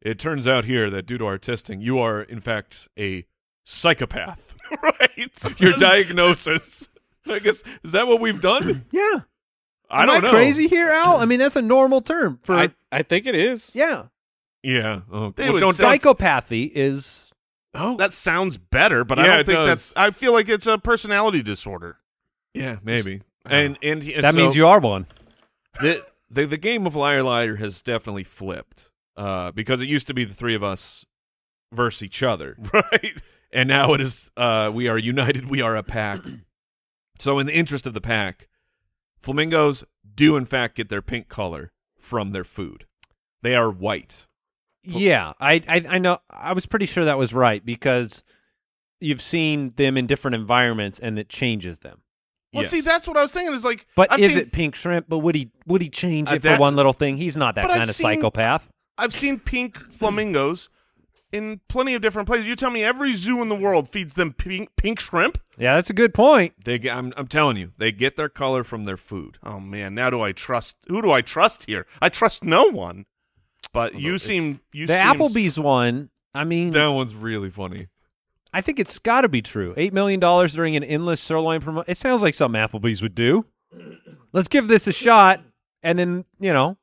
[SPEAKER 6] it turns out here that due to our testing, you are in fact a psychopath.
[SPEAKER 4] right.
[SPEAKER 6] Your diagnosis. I guess is that what we've done?
[SPEAKER 2] Yeah.
[SPEAKER 6] I
[SPEAKER 2] Am
[SPEAKER 6] don't
[SPEAKER 2] I
[SPEAKER 6] know.
[SPEAKER 2] crazy here, Al? I mean, that's a normal term for
[SPEAKER 7] I, I think it is.
[SPEAKER 2] yeah.
[SPEAKER 6] Yeah. Oh,
[SPEAKER 4] They
[SPEAKER 6] well,
[SPEAKER 4] would
[SPEAKER 6] don't
[SPEAKER 4] say-
[SPEAKER 2] Psychopathy is
[SPEAKER 6] Oh,
[SPEAKER 4] That sounds better, but I
[SPEAKER 6] Yeah,
[SPEAKER 4] don't
[SPEAKER 6] it
[SPEAKER 4] think
[SPEAKER 6] does.
[SPEAKER 4] that's. I feel like it's a personality disorder.
[SPEAKER 6] yeah, maybe.
[SPEAKER 4] Ah.
[SPEAKER 6] And and
[SPEAKER 2] That means you are one.
[SPEAKER 6] the, the the game of liar liar has definitely flipped uh, because it used to be the three of us versus each other,
[SPEAKER 4] Right.
[SPEAKER 6] and now it is uh, we are united. We are a pack. So, in the interest of the pack, flamingos do in fact get their pink color from their food. They are white.
[SPEAKER 2] Yeah, I, I I know. I was pretty sure that was right because you've seen them in different environments and it changes them.
[SPEAKER 4] Well,
[SPEAKER 6] Yes.
[SPEAKER 4] see, that's what I was thinking. Is like,
[SPEAKER 2] But
[SPEAKER 4] I've
[SPEAKER 2] is
[SPEAKER 4] seen, Uh,
[SPEAKER 2] it pink shrimp? But would he would he change
[SPEAKER 6] I
[SPEAKER 2] it
[SPEAKER 6] bet-
[SPEAKER 2] for one little thing? He's not that
[SPEAKER 4] But I've
[SPEAKER 2] kind of
[SPEAKER 4] seen-
[SPEAKER 2] psychopath.
[SPEAKER 4] I've seen pink flamingos in plenty of different places. You tell me every zoo in the world feeds them pink pink shrimp?
[SPEAKER 2] Yeah, that's a good point.
[SPEAKER 6] They get, I'm I'm telling you, they get their color from their food.
[SPEAKER 4] Oh man, now do I trust? Who do I trust here? I trust no one. But
[SPEAKER 6] Although
[SPEAKER 4] you
[SPEAKER 6] it's-
[SPEAKER 4] seem you
[SPEAKER 2] the
[SPEAKER 4] seem,
[SPEAKER 2] Applebee's one. I mean,
[SPEAKER 6] That one's really funny.
[SPEAKER 2] I think it's got to be true. Eight million dollars during an endless sirloin promo. It sounds like something Applebee's would do. Let's give this a shot, and then you know,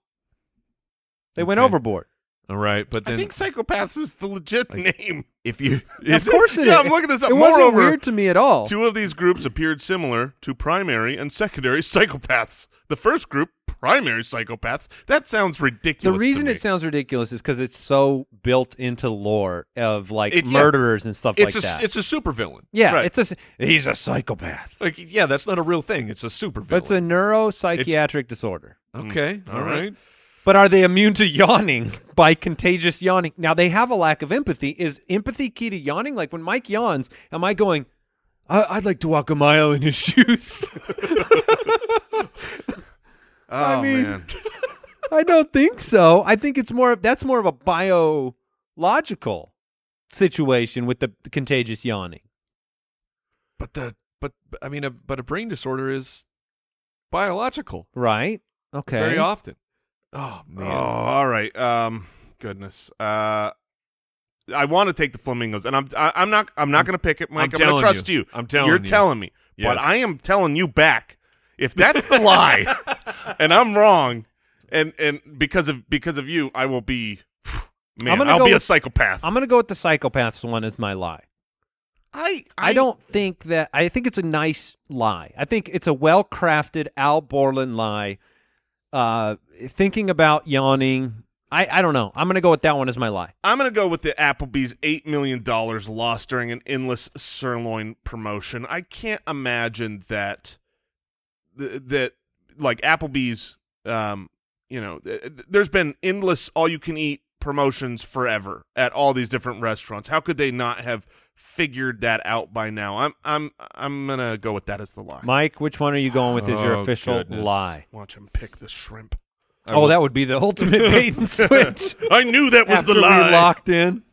[SPEAKER 2] they went
[SPEAKER 6] Okay.
[SPEAKER 2] overboard.
[SPEAKER 6] All right, but
[SPEAKER 4] I
[SPEAKER 6] then
[SPEAKER 4] think psychopaths is the legit name.
[SPEAKER 6] if you
[SPEAKER 2] of course, it
[SPEAKER 4] Yeah,
[SPEAKER 2] is.
[SPEAKER 4] I'm looking this up.
[SPEAKER 2] It wasn't
[SPEAKER 4] Moreover,
[SPEAKER 2] weird to me at all.
[SPEAKER 4] Two of these groups appeared similar to primary and secondary psychopaths. The first group, primary psychopaths, that sounds
[SPEAKER 2] The
[SPEAKER 4] ridiculous. to
[SPEAKER 2] reason
[SPEAKER 4] me.
[SPEAKER 2] it sounds ridiculous is because it's so built into lore of like
[SPEAKER 6] It- yeah.
[SPEAKER 2] murderers and stuff
[SPEAKER 6] it's
[SPEAKER 2] like
[SPEAKER 6] a
[SPEAKER 2] that.
[SPEAKER 6] it's a supervillain.
[SPEAKER 2] yeah,
[SPEAKER 4] right.
[SPEAKER 2] it's a he's a psychopath,
[SPEAKER 6] Like yeah, that's not a real thing. It's a supervillain.
[SPEAKER 2] but it's a neuropsychiatric disorder.
[SPEAKER 6] Okay. All
[SPEAKER 4] right.
[SPEAKER 6] right.
[SPEAKER 2] But are they immune to yawning by contagious yawning? Now they have a lack of empathy. Is empathy key to yawning? Like when Mike yawns, am I going? I- I'd like to walk a mile in his shoes.
[SPEAKER 4] oh,
[SPEAKER 2] I mean-
[SPEAKER 4] man.
[SPEAKER 2] I don't think so. I think it's more. of That's more of a biological situation with the contagious yawning.
[SPEAKER 6] But the but but- I mean, a, but a brain disorder is biological.
[SPEAKER 2] Right. Okay.
[SPEAKER 6] Very often.
[SPEAKER 4] Oh man. Oh, all right. Um, goodness. Uh, I want to take the flamingos, and I'm I, I'm not I'm not going to pick it, Mike. I'm, going
[SPEAKER 6] telling
[SPEAKER 4] to trust
[SPEAKER 6] you.
[SPEAKER 4] you.
[SPEAKER 6] I'm telling
[SPEAKER 4] You're
[SPEAKER 6] you.
[SPEAKER 4] telling me,
[SPEAKER 6] Yes.
[SPEAKER 4] but I am telling you back. If that's the lie, and I'm wrong, and and because of because of you, I will be. Man,
[SPEAKER 2] gonna
[SPEAKER 4] I'll
[SPEAKER 2] go
[SPEAKER 4] be a
[SPEAKER 2] with-
[SPEAKER 4] psychopath.
[SPEAKER 2] I'm going to go with the psychopaths one as my lie.
[SPEAKER 4] I,
[SPEAKER 2] I don't think that. I think it's a nice lie. I think it's a well crafted Al Borland lie. Uh, thinking about yawning. I, I don't know. I'm going to go with that one as my lie.
[SPEAKER 4] I'm gonna go with the Applebee's eight million dollars lost during an endless sirloin promotion. I can't imagine that th- that like Applebee's, um, you know, th- th- there's been endless all you can eat promotions forever at all these different restaurants. How could they not have figured that out by now? I'm I'm I'm gonna go with that as the lie.
[SPEAKER 2] Mike, which one are you going with as your
[SPEAKER 6] Oh,
[SPEAKER 2] official
[SPEAKER 6] goodness.
[SPEAKER 2] lie?
[SPEAKER 4] Watch him pick the shrimp.
[SPEAKER 6] I will-
[SPEAKER 2] Oh, that would be the ultimate bait and switch.
[SPEAKER 4] I knew that was
[SPEAKER 2] after
[SPEAKER 4] the
[SPEAKER 2] we
[SPEAKER 4] lie.
[SPEAKER 2] locked in.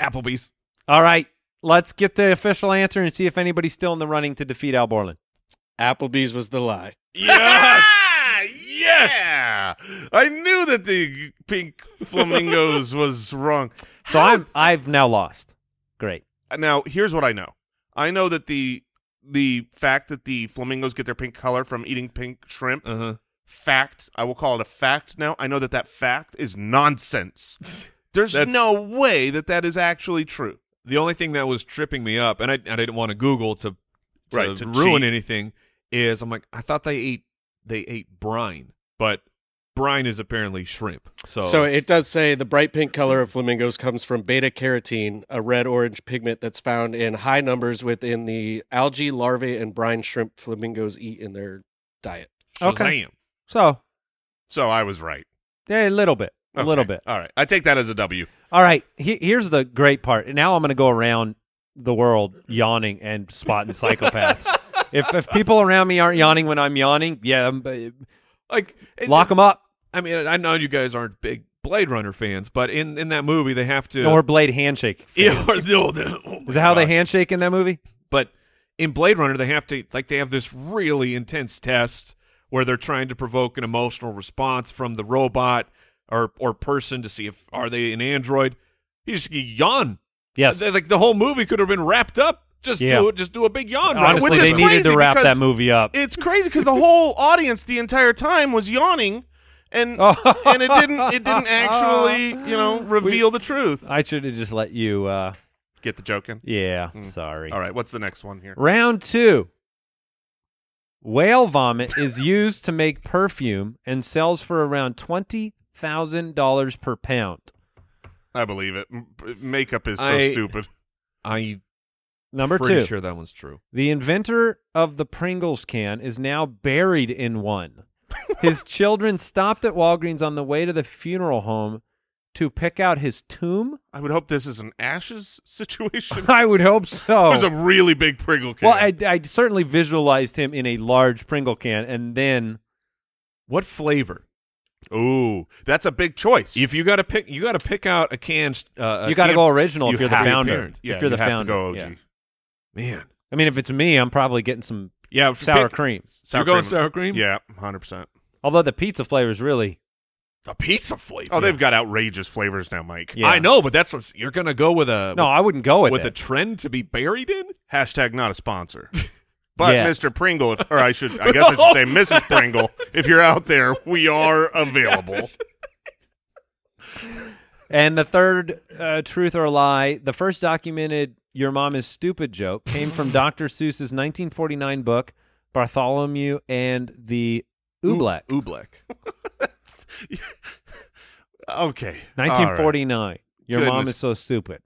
[SPEAKER 6] Applebee's.
[SPEAKER 2] All right, let's get the official answer and see if anybody's still in the running to defeat Al Borland.
[SPEAKER 7] Applebee's was the lie.
[SPEAKER 6] Yes. Ah,
[SPEAKER 4] yes. I knew that the pink flamingos was wrong.
[SPEAKER 2] So I'm I've now lost. Great.
[SPEAKER 4] Now, here's what I know. I know that the the fact that the flamingos get their pink color from eating pink shrimp
[SPEAKER 6] Uh huh.
[SPEAKER 4] fact, I will call it a fact now. I know that that fact is nonsense. There's
[SPEAKER 6] That's-
[SPEAKER 4] no way that that is actually true.
[SPEAKER 6] The only thing that was tripping me up, and I, and I didn't want to Google to, to,
[SPEAKER 4] Right, to
[SPEAKER 6] ruin
[SPEAKER 4] cheat.
[SPEAKER 6] anything, is I'm like I thought they ate they ate brine, but brine is apparently shrimp. So
[SPEAKER 7] So it does say the bright pink color of flamingos comes from beta carotene, a red orange pigment that's found in high numbers within the algae, larvae, and brine shrimp flamingos eat in their diet.
[SPEAKER 2] Okay.
[SPEAKER 6] Shazam.
[SPEAKER 2] So
[SPEAKER 4] So I was right.
[SPEAKER 2] yeah, a little bit, a little
[SPEAKER 4] Okay.
[SPEAKER 2] bit.
[SPEAKER 4] All right. I take that as a W.
[SPEAKER 2] All right. He, here's the great part. Now I'm going to go around the world yawning and spotting psychopaths. if if people around me aren't yawning when I'm yawning, yeah, I'm, uh,
[SPEAKER 6] Like it-
[SPEAKER 2] lock them up
[SPEAKER 6] I mean, I know you guys aren't big Blade Runner fans, but in in that movie they have to
[SPEAKER 2] or blade handshake.
[SPEAKER 6] Yeah, or- no, no, oh my
[SPEAKER 2] Is that how they
[SPEAKER 6] gosh.
[SPEAKER 2] handshake in that movie?
[SPEAKER 6] But in Blade Runner, they have to like they have this really intense test where they're trying to provoke an emotional response from the robot or or person to see if are they an android. You just you yawn.
[SPEAKER 2] Yes.
[SPEAKER 6] They- like the whole movie could have been wrapped up. Just
[SPEAKER 2] Yeah.
[SPEAKER 6] do it. Just do a big yawn. right?
[SPEAKER 2] Honestly,
[SPEAKER 4] Which is
[SPEAKER 2] they needed to
[SPEAKER 4] crazy
[SPEAKER 2] wrap that
[SPEAKER 4] because
[SPEAKER 2] movie up.
[SPEAKER 4] it's crazy because the whole audience the entire time was yawning, and
[SPEAKER 2] Oh.
[SPEAKER 4] and it didn't it didn't actually you know reveal the truth.
[SPEAKER 2] I should have just let you. Uh,
[SPEAKER 4] Get the joke in.
[SPEAKER 2] yeah, sorry.
[SPEAKER 4] All right, what's the next one here?
[SPEAKER 2] Round two. Whale vomit is used to make perfume and sells for around twenty thousand dollars per pound.
[SPEAKER 4] I believe it. M- Makeup is so
[SPEAKER 6] I-
[SPEAKER 4] stupid.
[SPEAKER 6] I
[SPEAKER 2] Number
[SPEAKER 6] pretty
[SPEAKER 2] two,
[SPEAKER 6] sure that one's true.
[SPEAKER 2] the inventor of the Pringles can is now buried in one. his children stopped at Walgreens on the way to the funeral home to pick out his tomb.
[SPEAKER 4] I would hope this is an ashes situation.
[SPEAKER 2] I would hope so.
[SPEAKER 4] It was a really big Pringle can.
[SPEAKER 2] Well, I, I certainly visualized him in a large Pringle can, and then
[SPEAKER 6] What flavor?
[SPEAKER 4] Ooh, that's a big choice.
[SPEAKER 6] If you got to pick, you got to pick out a can. Uh, a
[SPEAKER 2] you got to
[SPEAKER 6] can-
[SPEAKER 2] go original
[SPEAKER 4] you
[SPEAKER 2] if you're the
[SPEAKER 4] have to
[SPEAKER 2] founder.
[SPEAKER 6] parent.
[SPEAKER 4] yeah,
[SPEAKER 2] if you're
[SPEAKER 4] you
[SPEAKER 2] the
[SPEAKER 4] have
[SPEAKER 2] founder,
[SPEAKER 4] to go OG.
[SPEAKER 2] yeah.
[SPEAKER 6] man.
[SPEAKER 2] I mean, if it's me, I'm probably getting some
[SPEAKER 6] Yeah, if you
[SPEAKER 2] sour
[SPEAKER 6] pick-
[SPEAKER 2] cream.
[SPEAKER 4] Sour
[SPEAKER 6] You're going
[SPEAKER 4] cream.
[SPEAKER 6] sour cream.
[SPEAKER 4] Yeah, hundred percent.
[SPEAKER 2] Although the pizza flavor is really,
[SPEAKER 6] the pizza flavor.
[SPEAKER 4] Oh, they've got outrageous flavors now, Mike.
[SPEAKER 2] yeah.
[SPEAKER 6] I know, but that's what you're gonna go with a
[SPEAKER 2] No,
[SPEAKER 6] with,
[SPEAKER 2] I wouldn't go with,
[SPEAKER 6] with a
[SPEAKER 2] it.
[SPEAKER 6] trend to be buried in.
[SPEAKER 4] Hashtag not a sponsor. But
[SPEAKER 2] Yeah.
[SPEAKER 4] Mr. Pringle, if, or I should, I guess I should say Mrs. Pringle. If you're out there, we are available.
[SPEAKER 2] and the third uh, truth or lie: the first documented "Your Mom is Stupid" joke came from Dr. Seuss's 1949 book Bartholomew and the Oobleck,
[SPEAKER 6] Oobleck.
[SPEAKER 4] Okay. all right.
[SPEAKER 2] 1949. Your mom is
[SPEAKER 4] Goodness.
[SPEAKER 2] so stupid.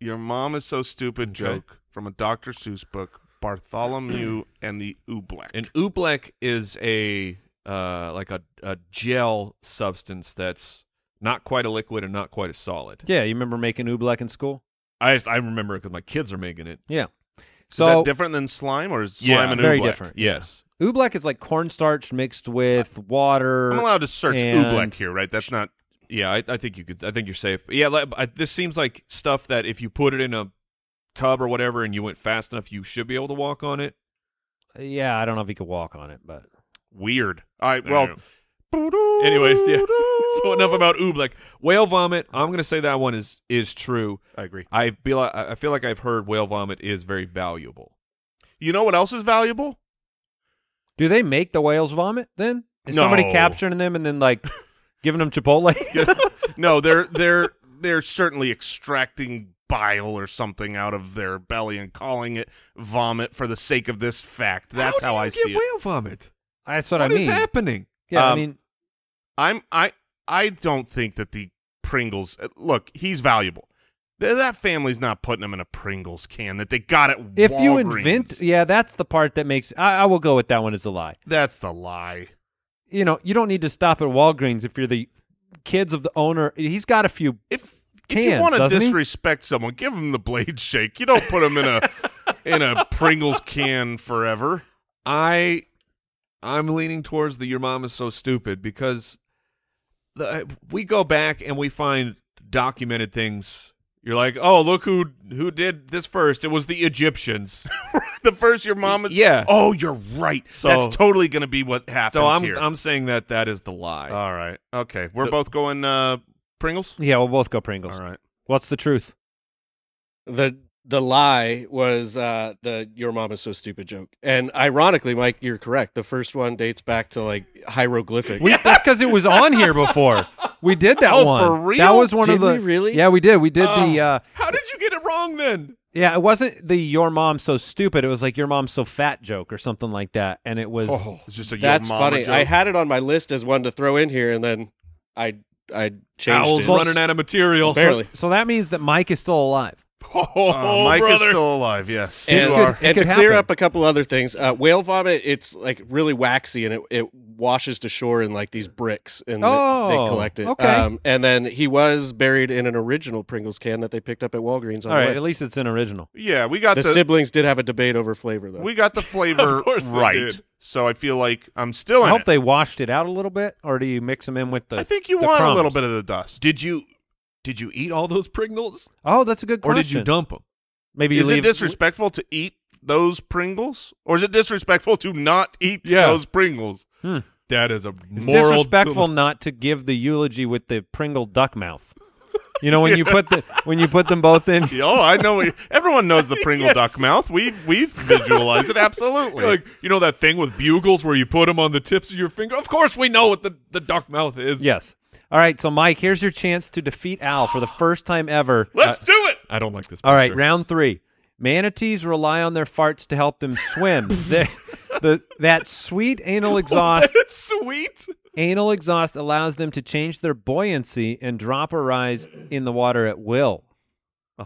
[SPEAKER 4] Your mom is so stupid
[SPEAKER 6] Okay.
[SPEAKER 4] joke from a Dr. Seuss book, Bartholomew and the Oobleck.
[SPEAKER 6] An oobleck is a uh, like a, a gel substance that's not quite a liquid and not quite a solid.
[SPEAKER 2] Yeah, you remember making Oobleck in school?
[SPEAKER 6] I just, I remember it because my kids are making it.
[SPEAKER 2] Yeah.
[SPEAKER 4] is
[SPEAKER 2] So
[SPEAKER 4] that different than slime or is slime
[SPEAKER 6] Yeah,
[SPEAKER 4] and
[SPEAKER 2] very
[SPEAKER 4] Oobleck?
[SPEAKER 2] different.
[SPEAKER 6] Yes.
[SPEAKER 2] Oobleck is like cornstarch mixed with water.
[SPEAKER 4] I'm allowed to search
[SPEAKER 2] and-
[SPEAKER 4] Oobleck here, right? That's not.
[SPEAKER 6] Yeah, I, I think you could. I think you're safe. But yeah, like, I, this seems like stuff that if you put it in a tub or whatever and you went fast enough, you should be able to walk on it.
[SPEAKER 2] Yeah, I don't know if he could walk on it, but
[SPEAKER 4] Weird. All right. Well,
[SPEAKER 6] Anyways, yeah. so enough about oob. Like whale vomit. I'm gonna say that one is is true.
[SPEAKER 4] I agree.
[SPEAKER 6] I feel like I feel like I've heard whale vomit is very valuable.
[SPEAKER 4] You know what else is valuable?
[SPEAKER 2] do they make the whales vomit then? Is somebody
[SPEAKER 4] No.
[SPEAKER 2] capturing them and then like giving them Chipotle?
[SPEAKER 4] No, they're they're they're certainly extracting bile or something out of their belly and calling it vomit for the sake of this fact. That's how,
[SPEAKER 6] do you
[SPEAKER 4] I
[SPEAKER 6] get
[SPEAKER 4] see it.
[SPEAKER 6] whale vomit.
[SPEAKER 2] That's what,
[SPEAKER 6] What
[SPEAKER 2] I
[SPEAKER 6] is
[SPEAKER 2] mean.
[SPEAKER 6] happening?
[SPEAKER 2] yeah, I
[SPEAKER 4] Um,
[SPEAKER 2] mean,
[SPEAKER 4] I'm I I don't think that the Pringles uh, look. He's valuable. Th- That family's not putting him in a Pringles can that they got at
[SPEAKER 2] if you
[SPEAKER 4] Walgreens.
[SPEAKER 2] invent, yeah, that's the part that makes. I, I will go with that one as a lie.
[SPEAKER 4] that's the lie.
[SPEAKER 2] You know, you don't need to stop at Walgreens if you're the kids of the owner. He's got a few.
[SPEAKER 4] If if you
[SPEAKER 2] Cans,
[SPEAKER 4] want to
[SPEAKER 2] doesn't he?
[SPEAKER 4] disrespect someone, give him the blade shake. You don't put him in a in a Pringles can forever.
[SPEAKER 6] I I'm leaning towards the your mom is so stupid because the, uh, we go back and we find documented things. You're like, oh, look who who did this first. It was the Egyptians.
[SPEAKER 4] The first your mom,
[SPEAKER 6] Yeah.
[SPEAKER 4] Oh, you're right.
[SPEAKER 6] So-
[SPEAKER 4] That's totally going to be what happens
[SPEAKER 6] so I'm
[SPEAKER 4] here. Uh,
[SPEAKER 6] I'm saying that that is the lie.
[SPEAKER 4] All right. Okay. We're
[SPEAKER 6] The-
[SPEAKER 4] both going uh, Pringles.
[SPEAKER 2] Yeah, we'll both go Pringles.
[SPEAKER 4] All right.
[SPEAKER 2] What's the truth?
[SPEAKER 7] the the lie was uh the your mom is so stupid joke and ironically mike you're correct the first one dates back to like hieroglyphic
[SPEAKER 2] We, That's because it was on here before. We did that
[SPEAKER 4] Oh,
[SPEAKER 2] one.
[SPEAKER 4] for real? Oh.
[SPEAKER 2] That was one
[SPEAKER 7] Did
[SPEAKER 2] of the.
[SPEAKER 7] we really?
[SPEAKER 2] Yeah, we did. We did the. uh
[SPEAKER 6] How did you get it wrong then?
[SPEAKER 2] Yeah, it wasn't the "your mom's so stupid." It was like "your mom's so fat" joke or something like that, and it was.
[SPEAKER 4] Oh, It's just a your
[SPEAKER 7] that's
[SPEAKER 4] mama
[SPEAKER 7] funny
[SPEAKER 4] joke.
[SPEAKER 7] i had it on my list as one to throw in here and then i i changed
[SPEAKER 6] Owls
[SPEAKER 7] it
[SPEAKER 6] running out of material.
[SPEAKER 7] barely
[SPEAKER 2] So that means that Mike is still alive.
[SPEAKER 6] Oh,
[SPEAKER 4] Uh, Mike
[SPEAKER 6] brother.
[SPEAKER 4] is still alive. Yes.
[SPEAKER 2] It's
[SPEAKER 7] and,
[SPEAKER 4] you
[SPEAKER 2] good.
[SPEAKER 4] are.
[SPEAKER 7] and
[SPEAKER 2] could
[SPEAKER 7] to clear
[SPEAKER 2] happen.
[SPEAKER 7] up a couple other things uh, whale vomit it's like really waxy and it, it washes to shore in like these bricks and they- they,
[SPEAKER 2] Oh,
[SPEAKER 7] collect it Um,
[SPEAKER 2] okay.
[SPEAKER 7] and then he was buried in an original pringles can that they picked up at walgreens on
[SPEAKER 2] All
[SPEAKER 7] the
[SPEAKER 2] right,
[SPEAKER 7] way.
[SPEAKER 2] at least it's an original.
[SPEAKER 4] Yeah, we got
[SPEAKER 7] the,
[SPEAKER 4] the,
[SPEAKER 7] siblings did have a debate over flavor though.
[SPEAKER 4] we got the flavor
[SPEAKER 6] Of course they
[SPEAKER 4] right.
[SPEAKER 6] did.
[SPEAKER 4] So I feel like I'm still in
[SPEAKER 2] I hope
[SPEAKER 4] it.
[SPEAKER 2] they washed it out a little bit, or do you mix them in with the?
[SPEAKER 4] I think you
[SPEAKER 2] the
[SPEAKER 4] want a little
[SPEAKER 2] crumbs?
[SPEAKER 4] bit of the dust.
[SPEAKER 6] Did you did you eat all those Pringles
[SPEAKER 2] Oh, that's a good
[SPEAKER 6] or
[SPEAKER 2] question.
[SPEAKER 6] did you dump them?
[SPEAKER 2] Maybe you
[SPEAKER 4] Is
[SPEAKER 2] leave.
[SPEAKER 4] it disrespectful to eat those Pringles, or is it disrespectful to not eat
[SPEAKER 6] Yeah.
[SPEAKER 4] those Pringles?
[SPEAKER 6] That is a
[SPEAKER 2] it's
[SPEAKER 6] moral
[SPEAKER 2] disrespectful not to give the eulogy with the Pringle duck mouth. You know when you put the when you put them both in.
[SPEAKER 4] Oh, I know. we- Everyone knows the Pringle duck mouth. We we've visualized it absolutely.
[SPEAKER 6] Like you know that thing with bugles where you put them on the tips of your finger. Of course, we know what the the duck mouth is.
[SPEAKER 2] Yes. All right, so Mike, here's your chance to defeat Al for the first time ever. Uh,
[SPEAKER 4] Let's do it.
[SPEAKER 6] I don't like this.
[SPEAKER 2] All right,
[SPEAKER 6] picture.
[SPEAKER 2] round three. Manatees rely on their farts to help them swim. the, the, that sweet anal exhaust,
[SPEAKER 6] That's sweet.
[SPEAKER 2] anal exhaust allows them to change their buoyancy and drop or rise in the water at will.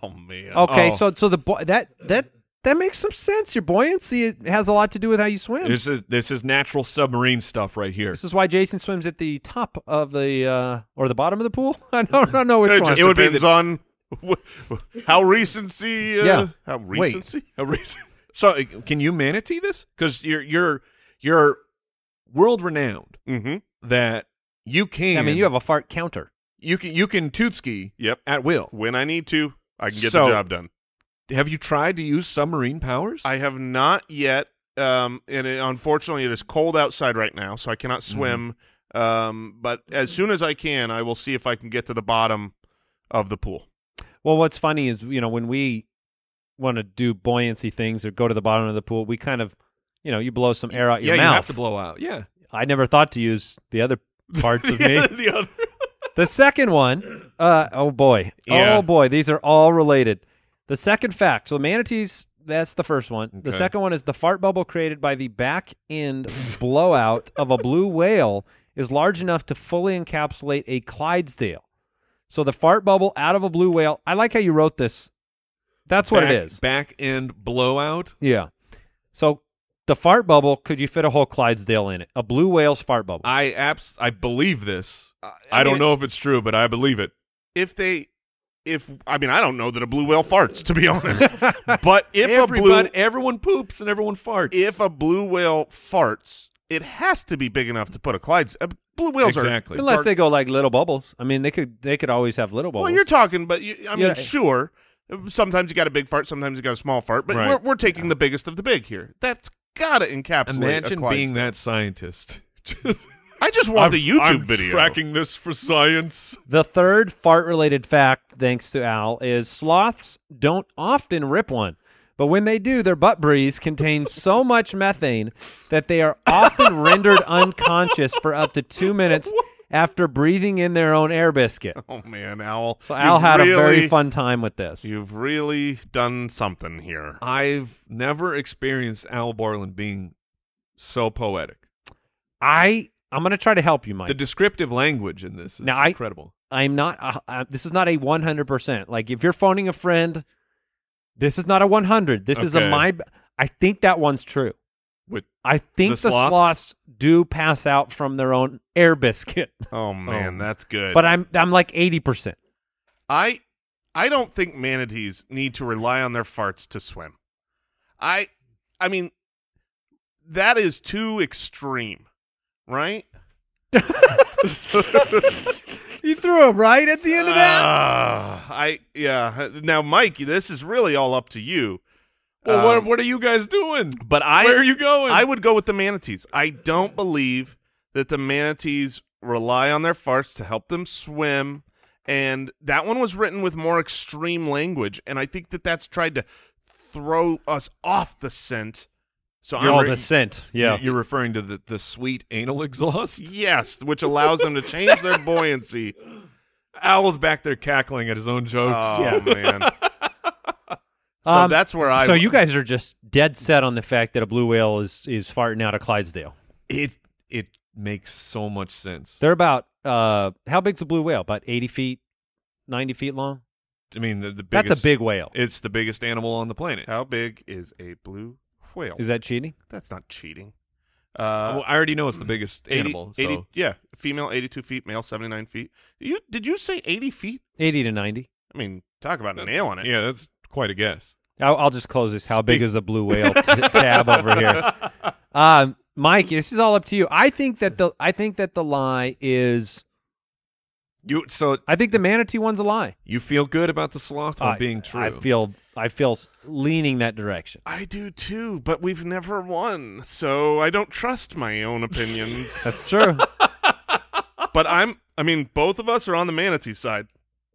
[SPEAKER 4] Oh man.
[SPEAKER 2] Okay,
[SPEAKER 6] Oh.
[SPEAKER 2] so so the bu- that that that makes some sense. Your buoyancy has a lot to do with how you swim.
[SPEAKER 6] This is this is natural submarine stuff right here.
[SPEAKER 2] this is why Jason swims at the top of the uh, or the bottom of the pool. I don't, I don't know which
[SPEAKER 4] It
[SPEAKER 2] one.
[SPEAKER 4] just
[SPEAKER 6] would be
[SPEAKER 4] depends
[SPEAKER 6] the-
[SPEAKER 4] on wh- how recency. Uh,
[SPEAKER 2] Yeah.
[SPEAKER 4] How
[SPEAKER 6] Wait.
[SPEAKER 4] recency?
[SPEAKER 6] A reason- So uh, can you manatee this? Because you're you're you're world renowned
[SPEAKER 4] Mm-hmm.
[SPEAKER 6] that you can.
[SPEAKER 2] I mean, you have a fart counter.
[SPEAKER 6] you can you can toot ski
[SPEAKER 4] Yep.
[SPEAKER 6] at will.
[SPEAKER 4] When I need to, I can get
[SPEAKER 6] So-
[SPEAKER 4] the job done.
[SPEAKER 6] Have you tried to use submarine powers?
[SPEAKER 4] I have not yet. Um, and it, unfortunately, it is cold outside right now, so I cannot
[SPEAKER 6] Mm-hmm.
[SPEAKER 4] swim. Um, but as soon as I can, I will see if I can get to the bottom of the pool.
[SPEAKER 2] Well, what's funny is you know when we want to do buoyancy things or go to the bottom of the pool, we kind of you know you blow some air out your
[SPEAKER 6] yeah,
[SPEAKER 2] mouth.
[SPEAKER 6] you have to blow out. Yeah,
[SPEAKER 2] I never thought to use the other parts of me.
[SPEAKER 6] the other.
[SPEAKER 2] The second one, uh, oh boy,
[SPEAKER 6] Yeah.
[SPEAKER 2] oh boy, these are all related. The second fact, so manatees, that's the first one. The
[SPEAKER 6] Okay.
[SPEAKER 2] second one is the fart bubble created by the back end blowout of a blue whale is large enough to fully encapsulate a Clydesdale. So the fart bubble out of a blue whale. I like how you wrote this. That's what
[SPEAKER 6] Back-
[SPEAKER 2] it is.
[SPEAKER 6] Back end blowout.
[SPEAKER 2] Yeah. So the fart bubble, could you fit a whole Clydesdale in it? A blue whale's fart bubble.
[SPEAKER 6] I abs- I believe this.
[SPEAKER 4] Uh,
[SPEAKER 6] I, don't
[SPEAKER 4] mean,
[SPEAKER 6] know if it's true, but I believe it.
[SPEAKER 4] if they, if I mean, I don't know that a blue whale farts to be honest. but if a blue,
[SPEAKER 6] Everybody, everyone poops and everyone farts.
[SPEAKER 4] if a blue whale farts, it has to be big enough to put a Clyde's. Uh, blue whales
[SPEAKER 6] exactly.
[SPEAKER 4] are
[SPEAKER 2] Unless
[SPEAKER 4] are-
[SPEAKER 2] they go like little bubbles. I mean, they could they could always have little bubbles.
[SPEAKER 4] Well, you're talking, but you, I mean,
[SPEAKER 2] Yeah.
[SPEAKER 4] sure. Sometimes you got a big fart, sometimes you got a small fart, but
[SPEAKER 6] Right.
[SPEAKER 4] we're, we're taking the biggest of the big here. That's gotta encapsulate.
[SPEAKER 6] Imagine
[SPEAKER 4] a
[SPEAKER 6] being that scientist. Just-
[SPEAKER 4] I just want
[SPEAKER 6] I'm-
[SPEAKER 4] the YouTube
[SPEAKER 6] I'm
[SPEAKER 4] video.
[SPEAKER 6] Tracking this for science.
[SPEAKER 2] The third fart related fact, thanks to Al, is sloths don't often rip one. But when they do, their butt breeze contains so much methane that they are often rendered unconscious for up to two minutes after breathing in their own air biscuit.
[SPEAKER 4] Oh man, Al.
[SPEAKER 2] So Al
[SPEAKER 4] you've
[SPEAKER 2] had a very
[SPEAKER 4] really-
[SPEAKER 2] fun time with this.
[SPEAKER 4] You've really done something here.
[SPEAKER 6] I've never experienced Al Borland being so poetic.
[SPEAKER 2] I I'm gonna try to help you, Mike.
[SPEAKER 6] The descriptive language in this is
[SPEAKER 2] Now, I-
[SPEAKER 6] incredible.
[SPEAKER 2] I'm not. Uh, uh, this is not a 100. percent Like if you're phoning a friend, this is not a 100. This is a
[SPEAKER 6] Okay.
[SPEAKER 2] my. b- I think that one's true.
[SPEAKER 6] With
[SPEAKER 2] I think
[SPEAKER 6] The
[SPEAKER 2] the,
[SPEAKER 6] sloths?
[SPEAKER 2] sloths? do pass out from their own air biscuit,
[SPEAKER 4] Oh man, that's good.
[SPEAKER 2] but I'm I'm like 80 percent.
[SPEAKER 4] I I don't think manatees need to rely on their farts to swim. I I mean that is too extreme, right?
[SPEAKER 2] You threw him right at the end
[SPEAKER 4] Ah, I yeah. Now Mike, this is really all up to you.
[SPEAKER 6] Well, what,
[SPEAKER 4] Um,
[SPEAKER 6] what are you guys doing?
[SPEAKER 4] but I
[SPEAKER 6] Where are you going?
[SPEAKER 4] I would go with the manatees. I don't believe that the manatees rely on their farts to help them swim. And that one was written with more extreme language. And I think that that's tried to throw us off the scent.
[SPEAKER 6] Uh,
[SPEAKER 4] So
[SPEAKER 2] All
[SPEAKER 4] I'm.
[SPEAKER 2] the scent. Yeah.
[SPEAKER 6] You're referring to the, the sweet anal exhaust?
[SPEAKER 4] Yes, which allows them to change their buoyancy.
[SPEAKER 6] Al's back there cackling at his own jokes.
[SPEAKER 4] Oh, man. So
[SPEAKER 2] Um,
[SPEAKER 4] that's where I.
[SPEAKER 2] so you guys are just dead set on the fact that a blue whale is is farting out of Clydesdale.
[SPEAKER 6] It it makes so much sense.
[SPEAKER 2] They're about uh how big's a blue whale? About 80 feet, 90 feet long.
[SPEAKER 6] I mean, the, the biggest,
[SPEAKER 2] That's a big Uh, whale.
[SPEAKER 6] It's the biggest animal on the planet.
[SPEAKER 4] How big is a blue whale?
[SPEAKER 2] Is that cheating?
[SPEAKER 4] that's not cheating. Uh,
[SPEAKER 6] well, I already know
[SPEAKER 2] mm,
[SPEAKER 6] it's the biggest
[SPEAKER 4] 80
[SPEAKER 6] animal. So
[SPEAKER 4] 80 yeah, female 82 feet, male 79 feet. You Did you say 80 feet?
[SPEAKER 2] 80 to 90.
[SPEAKER 4] I mean, talk about nailing it.
[SPEAKER 6] yeah, that's quite a guess.
[SPEAKER 2] I'll, I'll just close this. How big is a blue whale t- tab over here? Um, Mike, this is all up to you. I think that the I think that the lie is
[SPEAKER 6] You so
[SPEAKER 2] I think the manatee one's a lie.
[SPEAKER 6] you feel good about the sloth one
[SPEAKER 2] I-
[SPEAKER 6] being true?
[SPEAKER 2] I feel I feel s- leaning that direction.
[SPEAKER 4] I do too, but we've never won, so I don't trust my own opinions.
[SPEAKER 2] That's true.
[SPEAKER 4] but I'm, I mean, both of us are on the manatee side.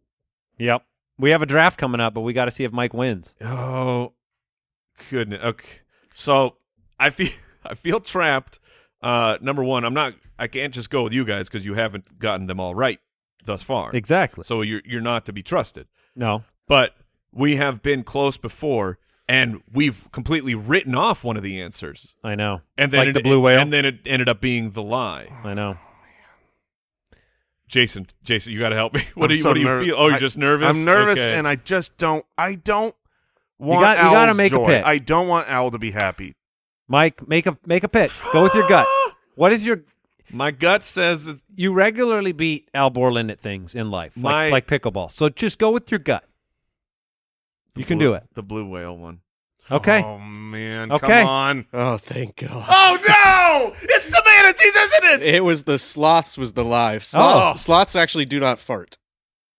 [SPEAKER 2] yep. We have a draft coming up, but we got to see if Mike wins.
[SPEAKER 6] Oh goodness. Okay. So I feel I feel trapped. Uh number one, I'm not I can't just go with you guys because you haven't gotten them all right thus far.
[SPEAKER 2] Exactly.
[SPEAKER 6] So you're you're not to be trusted.
[SPEAKER 2] No.
[SPEAKER 6] But we have been close before and we've completely written off one of the answers.
[SPEAKER 2] I know.
[SPEAKER 6] And then
[SPEAKER 2] like
[SPEAKER 6] it-
[SPEAKER 2] the blue whale.
[SPEAKER 6] And then it ended up being the lie.
[SPEAKER 2] I know.
[SPEAKER 6] Jason, Jason, you gotta help me. What
[SPEAKER 4] I'm
[SPEAKER 6] do you
[SPEAKER 4] so
[SPEAKER 6] what do you
[SPEAKER 4] ner-
[SPEAKER 6] feel? Oh, you're
[SPEAKER 4] I-
[SPEAKER 6] just nervous?
[SPEAKER 4] I'm nervous,
[SPEAKER 6] Okay.
[SPEAKER 4] and I just don't, I don't want
[SPEAKER 2] got- you gotta
[SPEAKER 4] Owl's
[SPEAKER 2] make a
[SPEAKER 4] joy.
[SPEAKER 2] pick.
[SPEAKER 4] I don't want Owl to be happy.
[SPEAKER 2] Mike, make a make a pitch. Go with your gut. What is your
[SPEAKER 6] my gut says it's
[SPEAKER 2] you regularly beat Al Borland at things in life, like,
[SPEAKER 6] My-
[SPEAKER 2] like pickleball. So just go with your gut. You can
[SPEAKER 6] blue-
[SPEAKER 2] do it.
[SPEAKER 6] The blue whale one.
[SPEAKER 2] Okay.
[SPEAKER 4] Oh, man.
[SPEAKER 2] Okay.
[SPEAKER 4] Come on.
[SPEAKER 7] Oh, thank God.
[SPEAKER 4] Oh, no! It's the manatees, isn't it?
[SPEAKER 7] It was the sloths was the live. Sloth,
[SPEAKER 4] Oh.
[SPEAKER 7] Sloths actually do not fart.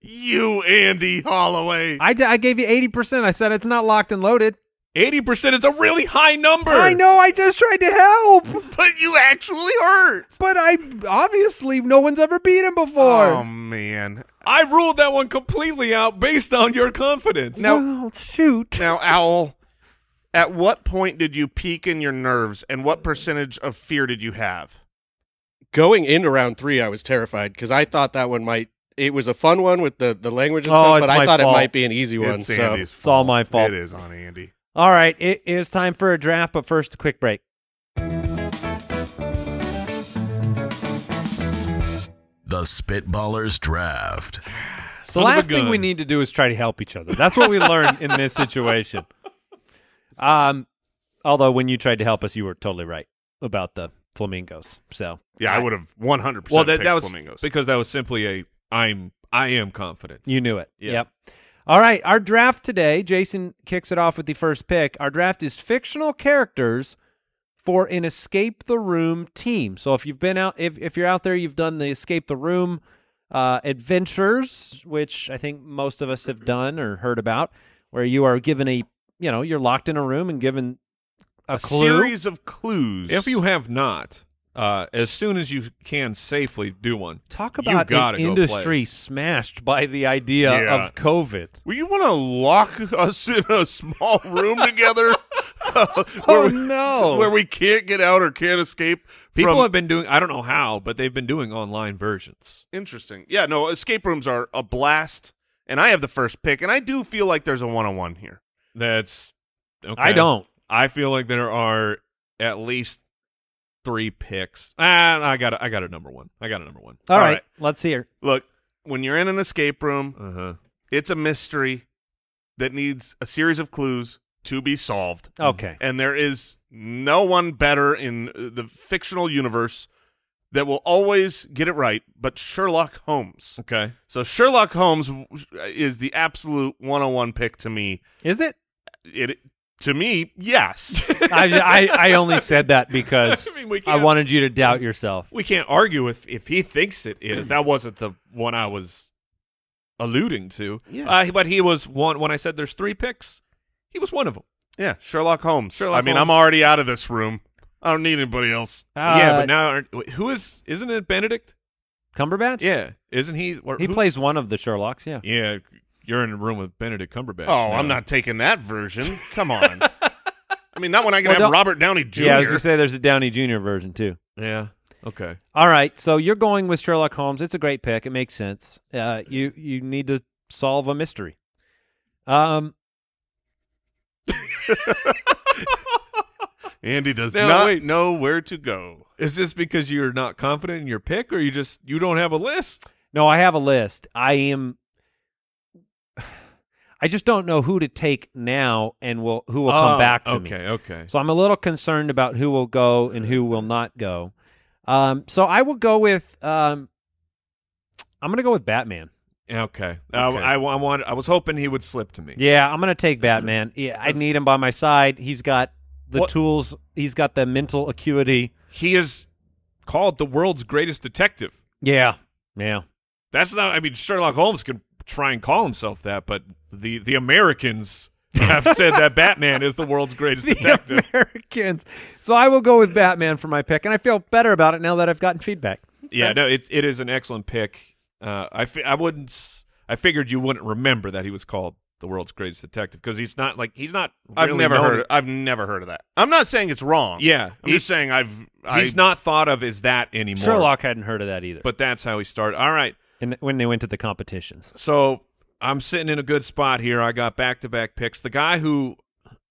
[SPEAKER 4] You, Andy Holloway.
[SPEAKER 2] I, d- I gave you 80%. I said it's not locked and loaded.
[SPEAKER 6] Eighty percent is a really high number.
[SPEAKER 2] I know. I just tried to help,
[SPEAKER 4] but you actually hurt.
[SPEAKER 2] but I obviously no one's ever beat him before.
[SPEAKER 4] Oh,
[SPEAKER 6] Um,
[SPEAKER 4] man.
[SPEAKER 6] I ruled that one completely out based on your confidence.
[SPEAKER 4] Now-
[SPEAKER 2] Oh, shoot.
[SPEAKER 4] Now, Owl, at what point did you peak in your nerves, and what percentage of fear did you have?
[SPEAKER 7] Going into round three, I was terrified because I thought that one might. It was a fun one with the the language and
[SPEAKER 2] Oh,
[SPEAKER 7] stuff,
[SPEAKER 2] it's
[SPEAKER 7] but I
[SPEAKER 2] my
[SPEAKER 7] thought
[SPEAKER 2] fault.
[SPEAKER 7] it might be an easy one.
[SPEAKER 4] it's
[SPEAKER 7] so
[SPEAKER 4] Andy's fault.
[SPEAKER 2] It's all my fault.
[SPEAKER 4] It is on Andy.
[SPEAKER 2] All right, it is time for a draft, but first a quick break.
[SPEAKER 9] The Spitballers Draft.
[SPEAKER 2] So the
[SPEAKER 6] Son of a
[SPEAKER 2] last thing we
[SPEAKER 6] gun.
[SPEAKER 2] need to do is try to help each other. That's what we learned in this situation. Um, although when you tried to help us, you were totally right about the flamingos. So
[SPEAKER 4] Yeah, I would have 100%
[SPEAKER 6] well, that,
[SPEAKER 4] picked
[SPEAKER 6] that was
[SPEAKER 4] flamingos.
[SPEAKER 6] because that was simply a I'm I am confident.
[SPEAKER 2] You knew it.
[SPEAKER 6] Yeah.
[SPEAKER 2] Yep. All right. Our draft today, Jason kicks it off with the first pick. Our draft is fictional characters for an escape the room team. So if you've been out, if, if you're out there, you've done the escape the room uh, adventures, which I think most of us have done or heard about, where you are given a, you know, you're locked in a room and given A, clue?
[SPEAKER 4] series of clues.
[SPEAKER 6] If you have not, uh, as soon as you can safely do one,
[SPEAKER 2] Talk
[SPEAKER 6] you
[SPEAKER 2] about an
[SPEAKER 6] gotta go play.
[SPEAKER 2] industry smashed by the idea
[SPEAKER 6] Yeah.
[SPEAKER 2] of COVID.
[SPEAKER 4] Well, you want to lock us in a small room together?
[SPEAKER 2] Oh
[SPEAKER 4] where we,
[SPEAKER 2] no!
[SPEAKER 4] Where we can't get out or can't escape.
[SPEAKER 6] People
[SPEAKER 4] from-
[SPEAKER 6] have been doing. I don't know how, but they've been doing online versions.
[SPEAKER 4] Interesting. Yeah, no, escape rooms are a blast, and I have the first pick, and I do feel like there's a one on one here.
[SPEAKER 6] That's. Okay.
[SPEAKER 2] I don't.
[SPEAKER 6] I feel like there are at least three picks. Ah, I got. A, I got a number one. I got a number one.
[SPEAKER 2] All
[SPEAKER 4] All
[SPEAKER 2] right,
[SPEAKER 4] right.
[SPEAKER 2] let's hear.
[SPEAKER 4] Look, when you're in an escape room,
[SPEAKER 6] Uh huh.
[SPEAKER 4] it's a mystery that needs a series of clues to be solved.
[SPEAKER 6] Oh.
[SPEAKER 2] Okay.
[SPEAKER 4] And there is no one better in uh, the fictional universe that will always get it right but Sherlock Holmes.
[SPEAKER 6] Okay.
[SPEAKER 4] So Sherlock Holmes w- is the absolute 101 pick to me.
[SPEAKER 2] Is it?
[SPEAKER 4] It to me, yes.
[SPEAKER 2] I, I I only said that because
[SPEAKER 6] I mean, we
[SPEAKER 2] I
[SPEAKER 6] can't.
[SPEAKER 2] wanted you to doubt yourself.
[SPEAKER 6] we can't argue if if he thinks it is. That wasn't the one I was alluding to.
[SPEAKER 4] Yeah.
[SPEAKER 6] Uh, but he was one. When I said there's three picks, he was one of them.
[SPEAKER 4] yeah, Sherlock Holmes.
[SPEAKER 6] Sherlock
[SPEAKER 4] I mean,
[SPEAKER 6] Holmes.
[SPEAKER 4] I'm already out of this room. I don't need anybody else.
[SPEAKER 6] yeah,
[SPEAKER 2] Uh,
[SPEAKER 6] but now aren't- wait, who is? Isn't it Benedict?
[SPEAKER 2] Cumberbatch.
[SPEAKER 6] Yeah, isn't he? Or
[SPEAKER 2] he
[SPEAKER 6] who-
[SPEAKER 2] plays one of the Sherlocks. Yeah.
[SPEAKER 6] Yeah, you're in a room with Benedict Cumberbatch.
[SPEAKER 4] Oh,
[SPEAKER 6] now.
[SPEAKER 4] I'm not taking that version. Come on. I mean, not when I can
[SPEAKER 2] Well,
[SPEAKER 4] have
[SPEAKER 2] don't-
[SPEAKER 4] Robert Downey Jr.
[SPEAKER 2] Yeah, I was gonna say there's a Downey Jr. version too.
[SPEAKER 6] Yeah. Okay.
[SPEAKER 2] All right, so you're going with Sherlock Holmes. It's a great pick. It makes sense. Uh, you you need to solve a mystery. Um,
[SPEAKER 4] Andy does
[SPEAKER 6] Now,
[SPEAKER 4] not
[SPEAKER 6] wait.
[SPEAKER 4] know where to go.
[SPEAKER 6] Is this because you're not confident in your pick, or you just you don't have a list?
[SPEAKER 2] no, I have a list. I am. I just don't know who to take now, and will who will come
[SPEAKER 6] Oh,
[SPEAKER 2] back to me.
[SPEAKER 6] okay, Okay.
[SPEAKER 2] So I'm a little concerned about who will go and who will not go. Um, so I will go with um, I'm going to go with Batman.
[SPEAKER 6] Okay. I-
[SPEAKER 4] Okay.
[SPEAKER 6] I, I wanted. I was hoping he would slip to me.
[SPEAKER 2] Yeah, I'm going to take Batman. Yeah, I need him by my side. He's got the
[SPEAKER 6] What-
[SPEAKER 2] tools. He's got the mental acuity.
[SPEAKER 6] He is called the world's greatest detective.
[SPEAKER 2] Yeah, yeah.
[SPEAKER 6] That's not. I mean, Sherlock Holmes can try and call himself that, but the the Americans have said that Batman is the world's greatest detective.
[SPEAKER 2] The Americans. So I will go with Batman for my pick, and I feel better about it now that I've gotten feedback.
[SPEAKER 6] yeah. No. It it is an excellent pick. Uh, I fi- I wouldn't. s- I figured you wouldn't remember that he was called the world's greatest detective because he's not like he's not.
[SPEAKER 4] I've
[SPEAKER 6] really
[SPEAKER 4] never
[SPEAKER 6] known-
[SPEAKER 4] heard. Of, I've never heard of that. I'm not saying it's wrong.
[SPEAKER 6] Yeah,
[SPEAKER 4] I'm
[SPEAKER 6] he-
[SPEAKER 4] just saying I've. I,
[SPEAKER 6] He's not thought of as that anymore.
[SPEAKER 2] Sherlock hadn't heard of that either.
[SPEAKER 6] But that's how he started. All right.
[SPEAKER 2] and when they went to the competitions,
[SPEAKER 6] So I'm sitting in a good spot here. I got back to back picks. The guy who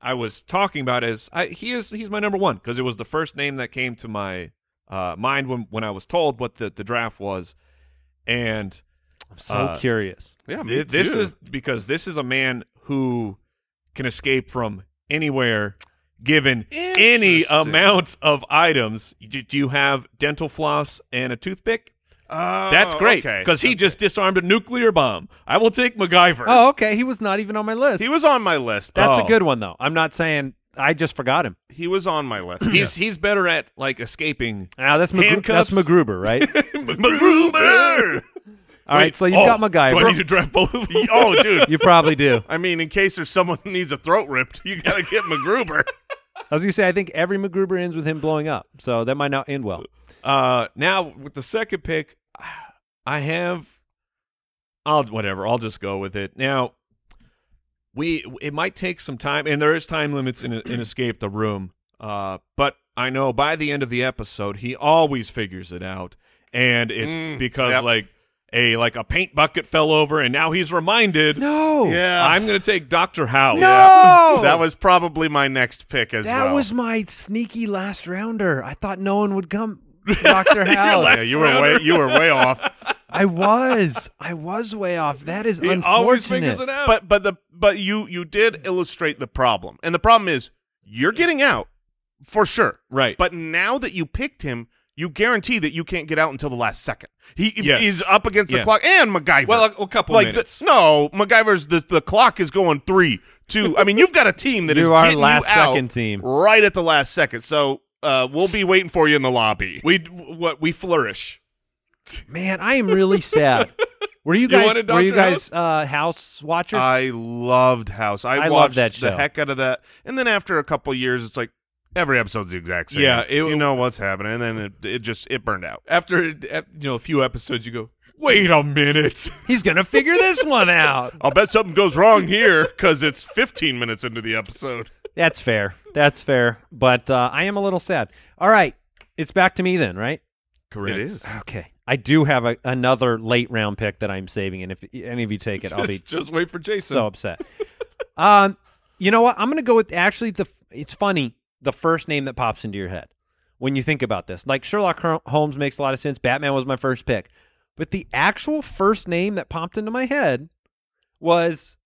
[SPEAKER 6] I was talking about is I, he is he's my number one because it was the first name that came to my uh, mind when when I was told what the, the draft was, and
[SPEAKER 2] I'm so
[SPEAKER 6] Uh,
[SPEAKER 2] curious.
[SPEAKER 4] Yeah, me
[SPEAKER 6] th- this
[SPEAKER 4] too.
[SPEAKER 6] is because this is a man who can escape from anywhere given any
[SPEAKER 4] Interesting.
[SPEAKER 6] amount of items. Do, do you have dental floss and a toothpick?
[SPEAKER 4] Oh,
[SPEAKER 6] That's great
[SPEAKER 4] okay.
[SPEAKER 6] because he just disarmed a nuclear bomb. I will take MacGyver.
[SPEAKER 2] Oh, okay. He was not even on my list.
[SPEAKER 4] he was on my list.
[SPEAKER 2] That's
[SPEAKER 6] Oh.
[SPEAKER 2] a good one though. I'm not saying I just forgot him.
[SPEAKER 4] He was on my list.
[SPEAKER 6] He's he's better at like escaping.
[SPEAKER 2] Now that's Magru-
[SPEAKER 6] Handcuffs?
[SPEAKER 2] that's MacGruber, right?
[SPEAKER 4] MacGruber.
[SPEAKER 2] All right,
[SPEAKER 6] Wait,
[SPEAKER 2] so you've
[SPEAKER 6] oh,
[SPEAKER 2] got
[SPEAKER 6] Do I need
[SPEAKER 2] MacGyver.
[SPEAKER 6] to draft both of them?
[SPEAKER 4] oh, dude.
[SPEAKER 2] you probably do.
[SPEAKER 4] I mean, in case there's someone who needs a throat ripped, you gotta get MacGruber.
[SPEAKER 2] I was gonna say I think every MacGruber ends with him blowing up, so that might not end well.
[SPEAKER 6] Uh, now with the second pick, I have. I'll whatever. I'll just go with it. Now, we it might take some time, and there is time limits in in escape the room. Uh, but I know by the end of the episode, he always figures it out, and it's
[SPEAKER 4] Mm,
[SPEAKER 6] because
[SPEAKER 4] yep.
[SPEAKER 6] like a like a paint bucket fell over, and now he's reminded.
[SPEAKER 2] No,
[SPEAKER 4] Yeah.
[SPEAKER 6] I'm gonna take Doctor House.
[SPEAKER 2] no,
[SPEAKER 4] that was probably my next pick as
[SPEAKER 2] that
[SPEAKER 4] well.
[SPEAKER 2] was my sneaky last rounder. I thought no one would come, Doctor House.
[SPEAKER 4] yeah, you were way you were way off.
[SPEAKER 2] I was, I was way off. That is
[SPEAKER 6] He
[SPEAKER 2] unfortunate.
[SPEAKER 6] always figures it out.
[SPEAKER 4] But but the but you you did illustrate the problem, and the problem is you're getting out for sure.
[SPEAKER 6] right.
[SPEAKER 4] But now that you picked him, you guarantee that you can't get out until the last second. He
[SPEAKER 6] Yes.
[SPEAKER 4] he's up against the
[SPEAKER 6] Yeah.
[SPEAKER 4] clock and MacGyver.
[SPEAKER 6] Well, a- a couple
[SPEAKER 4] like
[SPEAKER 6] minutes.
[SPEAKER 4] The, no, MacGyver's the the clock is going three, two. I mean, you've got a team that is
[SPEAKER 2] You are
[SPEAKER 4] getting
[SPEAKER 2] last
[SPEAKER 4] you out
[SPEAKER 2] second team.
[SPEAKER 4] right at the last second. So uh, we'll be waiting for you in the lobby.
[SPEAKER 6] we what we flourish.
[SPEAKER 2] Man, I am really sad. Were you
[SPEAKER 6] You
[SPEAKER 2] guys?
[SPEAKER 6] wanted
[SPEAKER 2] were you
[SPEAKER 6] Dr.
[SPEAKER 2] guys uh, house watchers?
[SPEAKER 4] I loved House. I,
[SPEAKER 2] I love
[SPEAKER 4] watched
[SPEAKER 2] that
[SPEAKER 4] the
[SPEAKER 2] show.
[SPEAKER 4] heck out of that. And then after a couple years, it's like every episode's the exact same.
[SPEAKER 6] Yeah, it-
[SPEAKER 4] you know what's happening. And then it, it just it burned out.
[SPEAKER 6] After it- ap- you know a few episodes, you go, wait a minute.
[SPEAKER 2] He's gonna figure this one out.
[SPEAKER 4] I'll bet something goes wrong here because it's 15 minutes into the episode.
[SPEAKER 2] That's fair. That's fair. But uh, I am a little sad. All right, it's back to me then, right?
[SPEAKER 6] Correct.
[SPEAKER 4] It is.
[SPEAKER 2] Okay. I do have a, another late round pick that I'm saving, and if any of you take it, I'll be
[SPEAKER 6] Just, just wait for Jason.
[SPEAKER 2] so upset. um, you know what? I'm gonna go with actually the. It's funny the first name that pops into your head when you think about this. Like Sherlock Ho- Holmes makes a lot of sense. Batman was my first pick, but the actual first name that popped into my head was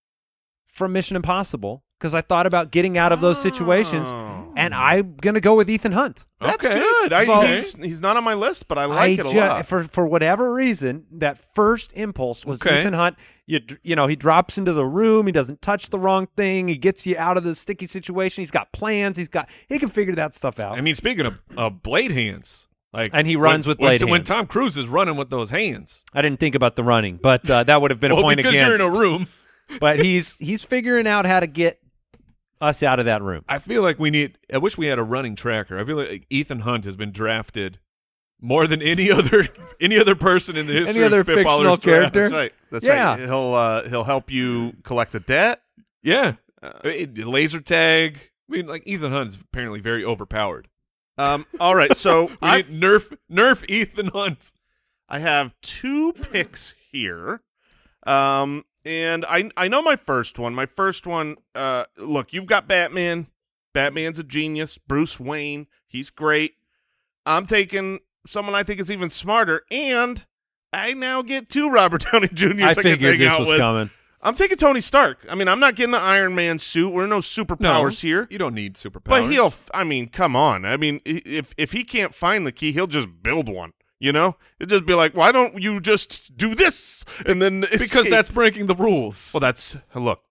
[SPEAKER 2] from Mission Impossible because I thought about getting out of those situations,
[SPEAKER 4] Oh.
[SPEAKER 2] and I'm gonna go with Ethan Hunt.
[SPEAKER 4] That's
[SPEAKER 6] Okay.
[SPEAKER 4] good. I,
[SPEAKER 6] So-
[SPEAKER 4] he's, he's not on my list, but I like it a
[SPEAKER 2] ju-
[SPEAKER 4] lot.
[SPEAKER 2] For for whatever reason, that first impulse was
[SPEAKER 6] Okay.
[SPEAKER 2] Ethan Hunt. You dr- you know he drops into the room. He doesn't touch the wrong thing. He gets you out of the sticky situation. He's got plans. He's got he can figure that stuff out.
[SPEAKER 6] I mean, speaking of uh, blade hands, like
[SPEAKER 2] And he runs
[SPEAKER 6] when-
[SPEAKER 2] with blade
[SPEAKER 6] when, When
[SPEAKER 2] hands.
[SPEAKER 6] Tom Cruise is running with those hands,
[SPEAKER 2] I didn't think about the running, but uh, that would have been a
[SPEAKER 6] well,
[SPEAKER 2] point
[SPEAKER 6] because
[SPEAKER 2] against.
[SPEAKER 6] you're in a room.
[SPEAKER 2] but he's he's figuring out how to get us out of that room.
[SPEAKER 6] I feel like we need. I wish we had a running tracker. I feel like Ethan Hunt has been drafted more than any other any other person in the history
[SPEAKER 2] other
[SPEAKER 6] of spitballers.
[SPEAKER 2] fictional
[SPEAKER 6] drafts.
[SPEAKER 2] character?
[SPEAKER 4] That's right. That's right.
[SPEAKER 2] Yeah.
[SPEAKER 4] He'll uh, he'll help you collect the debt.
[SPEAKER 6] Yeah,
[SPEAKER 4] Uh,
[SPEAKER 6] I mean, laser tag. I mean, like Ethan Hunt is apparently very overpowered.
[SPEAKER 4] Um, all right. So
[SPEAKER 6] We
[SPEAKER 4] I,
[SPEAKER 6] need nerf nerf Ethan Hunt.
[SPEAKER 4] I have two picks here. Um, and I I know my first one. My first one, uh look, you've got Batman. Batman's a genius. Bruce Wayne, he's great. I'm taking someone I think is even smarter, and I now get two Robert Downey Jr.
[SPEAKER 2] I
[SPEAKER 4] I can
[SPEAKER 2] figured
[SPEAKER 4] take
[SPEAKER 2] this
[SPEAKER 4] out
[SPEAKER 2] was
[SPEAKER 4] with.
[SPEAKER 2] coming.
[SPEAKER 4] I'm taking Tony Stark. I mean, I'm not getting the Iron Man suit. We're no superpowers here.
[SPEAKER 6] You don't need superpowers.
[SPEAKER 4] But he'll, f- I mean, come on. I mean, i- if if he can't find the key, he'll just build one. You know, it'd just be like, why don't you just do this and then
[SPEAKER 6] because
[SPEAKER 4] escape?
[SPEAKER 6] that's breaking the rules.
[SPEAKER 4] well, that's look.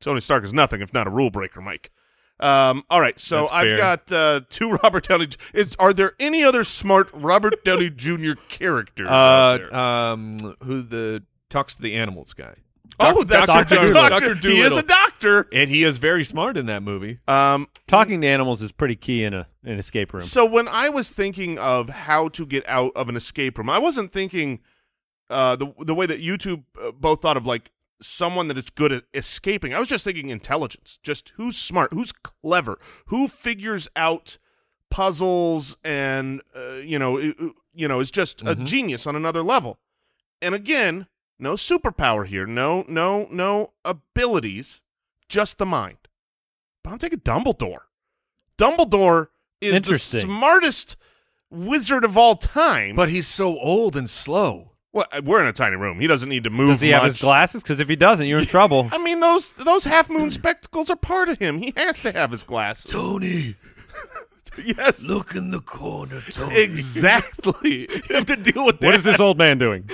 [SPEAKER 4] Tony Stark is nothing if not a rule breaker, Mike. Um, all right, so
[SPEAKER 6] That's
[SPEAKER 4] I've
[SPEAKER 6] fair.
[SPEAKER 4] got uh, two Robert Downey. J- Is, are there any other smart Robert Downey Jr. characters? out
[SPEAKER 6] uh,
[SPEAKER 4] there?
[SPEAKER 6] um, who the talks to the animals guy,
[SPEAKER 4] oh,
[SPEAKER 6] Doc-
[SPEAKER 4] that's
[SPEAKER 6] Dr.
[SPEAKER 4] right,
[SPEAKER 6] Doolittle.
[SPEAKER 4] Doctor.
[SPEAKER 6] Dr.
[SPEAKER 4] He is a
[SPEAKER 6] Doolittle.
[SPEAKER 4] doctor.
[SPEAKER 6] and he is very smart in that movie.
[SPEAKER 4] Um,
[SPEAKER 2] Talking to animals is pretty key in a an escape room.
[SPEAKER 4] So when I was thinking of how to get out of an escape room, I wasn't thinking uh, the the way that you two uh, both thought of like someone that is good at escaping. I was just thinking intelligence, just who's smart, who's clever, who figures out puzzles, and uh, you know, i- i- you know, is just
[SPEAKER 2] Mm-hmm.
[SPEAKER 4] a genius on another level. And again, no superpower here, no no no abilities, just the mind. But I'm taking Dumbledore. Dumbledore is the
[SPEAKER 2] Interesting.
[SPEAKER 4] smartest wizard of all time.
[SPEAKER 6] But he's so old and slow.
[SPEAKER 4] Well, uh, we're in a tiny room. He doesn't need to move
[SPEAKER 2] Does he
[SPEAKER 4] much.
[SPEAKER 2] have his glasses? Because if he doesn't, you're in trouble.
[SPEAKER 4] I mean, those those half moon spectacles are part of him. He has to have his glasses.
[SPEAKER 6] Tony,
[SPEAKER 4] yes,
[SPEAKER 6] look in the corner, Tony.
[SPEAKER 4] exactly.
[SPEAKER 6] You have to deal with that.
[SPEAKER 2] What is this old man doing?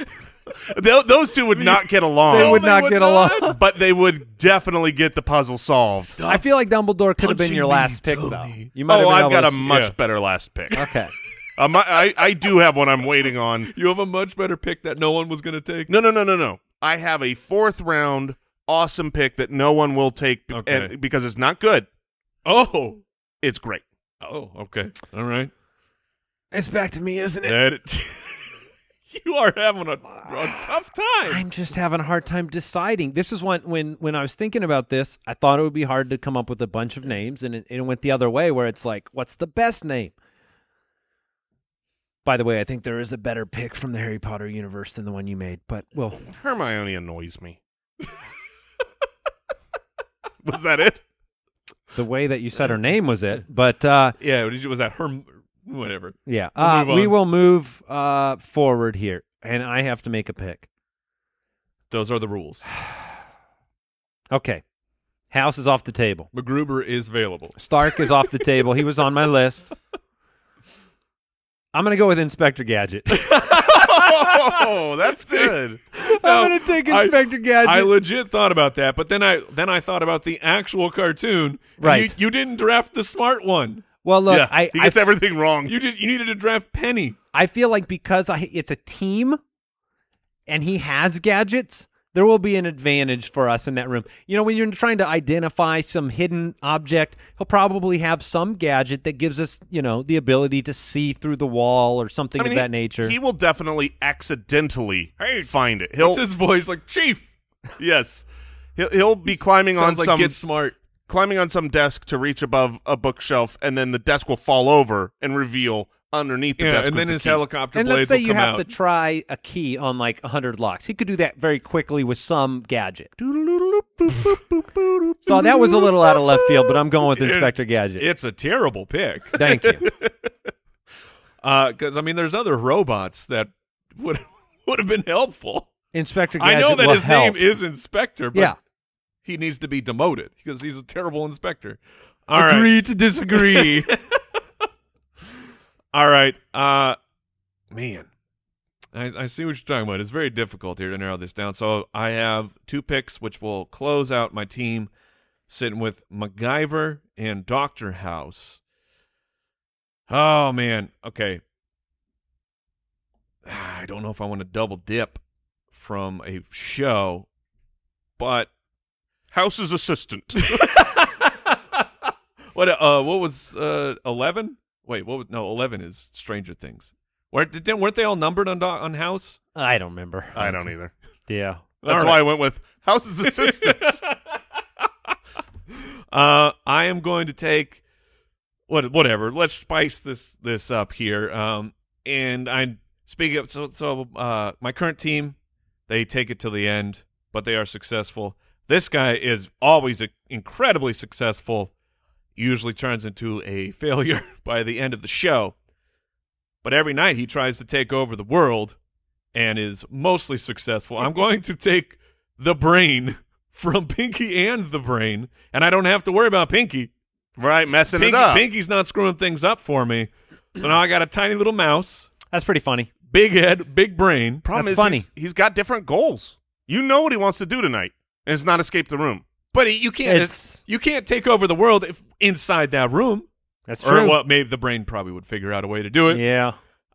[SPEAKER 4] Tho- those two would not get along.
[SPEAKER 2] They would
[SPEAKER 6] they
[SPEAKER 2] not
[SPEAKER 6] would
[SPEAKER 2] get
[SPEAKER 6] not.
[SPEAKER 2] along.
[SPEAKER 4] but they would definitely get the puzzle solved.
[SPEAKER 2] I feel like Dumbledore could have been
[SPEAKER 6] punching
[SPEAKER 2] your
[SPEAKER 6] me,
[SPEAKER 2] last pick,
[SPEAKER 6] Tony.
[SPEAKER 2] though. You might
[SPEAKER 4] Oh,
[SPEAKER 2] have
[SPEAKER 4] I've
[SPEAKER 2] been
[SPEAKER 4] got a
[SPEAKER 2] able to-
[SPEAKER 4] much
[SPEAKER 6] yeah.
[SPEAKER 4] better last pick.
[SPEAKER 2] Okay.
[SPEAKER 4] Um, I, I I do have one I'm waiting on.
[SPEAKER 6] You have a much better pick that no one was going to take.
[SPEAKER 4] No, no, no, no, no. I have a fourth round awesome pick that no one will take b-
[SPEAKER 6] Okay.
[SPEAKER 4] and, because it's not good.
[SPEAKER 6] Oh.
[SPEAKER 4] It's great.
[SPEAKER 6] Oh, okay. All right.
[SPEAKER 2] It's back to me, isn't
[SPEAKER 6] That You are having a, a tough time.
[SPEAKER 2] I'm just having a hard time deciding. This is when, when when I was thinking about this, I thought it would be hard to come up with a bunch of names, and it, it went the other way, where it's like, what's the best name? By the way, I think there is a better pick from the Harry Potter universe than the one you made, but well,
[SPEAKER 4] Hermione annoys me. Was that it?
[SPEAKER 2] the way that you said her name was it. But uh,
[SPEAKER 6] Yeah, what did you- was that her whatever.
[SPEAKER 2] yeah,
[SPEAKER 6] We'll
[SPEAKER 2] uh,
[SPEAKER 6] move
[SPEAKER 2] we
[SPEAKER 6] on.
[SPEAKER 2] will move uh, forward here, and I have to make a pick.
[SPEAKER 6] Those are the rules.
[SPEAKER 2] Okay, House is off the table.
[SPEAKER 6] MacGruber is available.
[SPEAKER 2] Stark is off the table. He was on my list. I'm gonna go with Inspector Gadget.
[SPEAKER 4] Oh, that's good.
[SPEAKER 6] No,
[SPEAKER 2] I'm gonna take
[SPEAKER 6] I-
[SPEAKER 2] Inspector Gadget.
[SPEAKER 6] I legit thought about that, but then I then I thought about the actual cartoon. and
[SPEAKER 2] Right.
[SPEAKER 6] You, you didn't draft the smart one.
[SPEAKER 2] well, look,
[SPEAKER 4] yeah,
[SPEAKER 2] I
[SPEAKER 4] he
[SPEAKER 2] I,
[SPEAKER 4] gets everything wrong.
[SPEAKER 6] You did you needed to draft Penny.
[SPEAKER 2] I feel like because I it's a team, and he has gadgets, there will be an advantage for us in that room. You know, when you're trying to identify some hidden object, he'll probably have some gadget that gives us, you know, the ability to see through the wall or something
[SPEAKER 4] I
[SPEAKER 2] of
[SPEAKER 4] mean, he-
[SPEAKER 2] that nature.
[SPEAKER 4] He will definitely accidentally
[SPEAKER 6] Hey,
[SPEAKER 4] find it. He'll
[SPEAKER 6] It's his voice like chief.
[SPEAKER 4] yes, he'll he'll be climbing on
[SPEAKER 6] Sounds like
[SPEAKER 4] some
[SPEAKER 6] get smart.
[SPEAKER 4] climbing on some desk to reach above a bookshelf, and then the desk will fall over and reveal underneath the
[SPEAKER 6] Yeah,
[SPEAKER 4] desk.
[SPEAKER 6] and
[SPEAKER 4] was
[SPEAKER 6] then
[SPEAKER 4] the
[SPEAKER 6] his
[SPEAKER 4] key.
[SPEAKER 6] helicopter
[SPEAKER 2] and let's
[SPEAKER 6] blades
[SPEAKER 2] say
[SPEAKER 6] will
[SPEAKER 2] you
[SPEAKER 6] come
[SPEAKER 2] have
[SPEAKER 6] out.
[SPEAKER 2] to try a key on like 100 locks. He could do that very quickly with some gadget. so that was a little out of left field, but I'm going with
[SPEAKER 6] Dude,
[SPEAKER 2] Inspector Gadget.
[SPEAKER 6] It's a terrible pick.
[SPEAKER 2] Thank you.
[SPEAKER 6] Because I mean, there's other robots that would would have been helpful.
[SPEAKER 2] Inspector
[SPEAKER 6] I
[SPEAKER 2] Gadget
[SPEAKER 6] know that
[SPEAKER 2] will
[SPEAKER 6] his
[SPEAKER 2] help.
[SPEAKER 6] name is Inspector, but
[SPEAKER 2] Yeah.
[SPEAKER 6] he needs to be demoted because he's a terrible inspector. All right.
[SPEAKER 2] Agree to disagree.
[SPEAKER 6] All right. Uh man. I, I see what you're talking about. It's very difficult here to narrow this down. So I have two picks which will close out my team sitting with MacGyver and Doctor House. Oh man. Okay. I don't know if I want to double dip from a show, but
[SPEAKER 4] House's assistant.
[SPEAKER 6] what uh what was uh 11 wait what was, no 11 is stranger things where didn't weren't they all numbered on Do- on house
[SPEAKER 2] I don't remember.
[SPEAKER 4] I don't either.
[SPEAKER 2] Yeah.
[SPEAKER 4] That's
[SPEAKER 6] All
[SPEAKER 4] why
[SPEAKER 6] right.
[SPEAKER 4] I went with House's assistant.
[SPEAKER 6] uh i am going to take what whatever let's spice this this up here um and i speaking of so so uh my current team they take it to the end but they are successful this guy is always a, incredibly successful usually turns into a failure by the end of the show. But every night he tries to take over the world and is mostly successful. I'm going to take the brain from Pinky and the brain, and I don't have to worry about Pinky.
[SPEAKER 4] right, messing
[SPEAKER 6] Pinky
[SPEAKER 4] it up.
[SPEAKER 6] Pinky's not screwing things up for me. So now I got a tiny little mouse,
[SPEAKER 2] That's pretty funny.
[SPEAKER 6] big head, big brain.
[SPEAKER 4] Problem
[SPEAKER 2] That's
[SPEAKER 4] is,
[SPEAKER 2] funny.
[SPEAKER 4] he's- he's got different goals. You know what he wants to do tonight, and it's not escape the room.
[SPEAKER 6] But you can't
[SPEAKER 2] It's-
[SPEAKER 6] you can't take over the world if inside that room.
[SPEAKER 2] That's
[SPEAKER 6] Or
[SPEAKER 2] true.
[SPEAKER 6] well, maybe the brain probably would figure out a way to do it.
[SPEAKER 2] Yeah.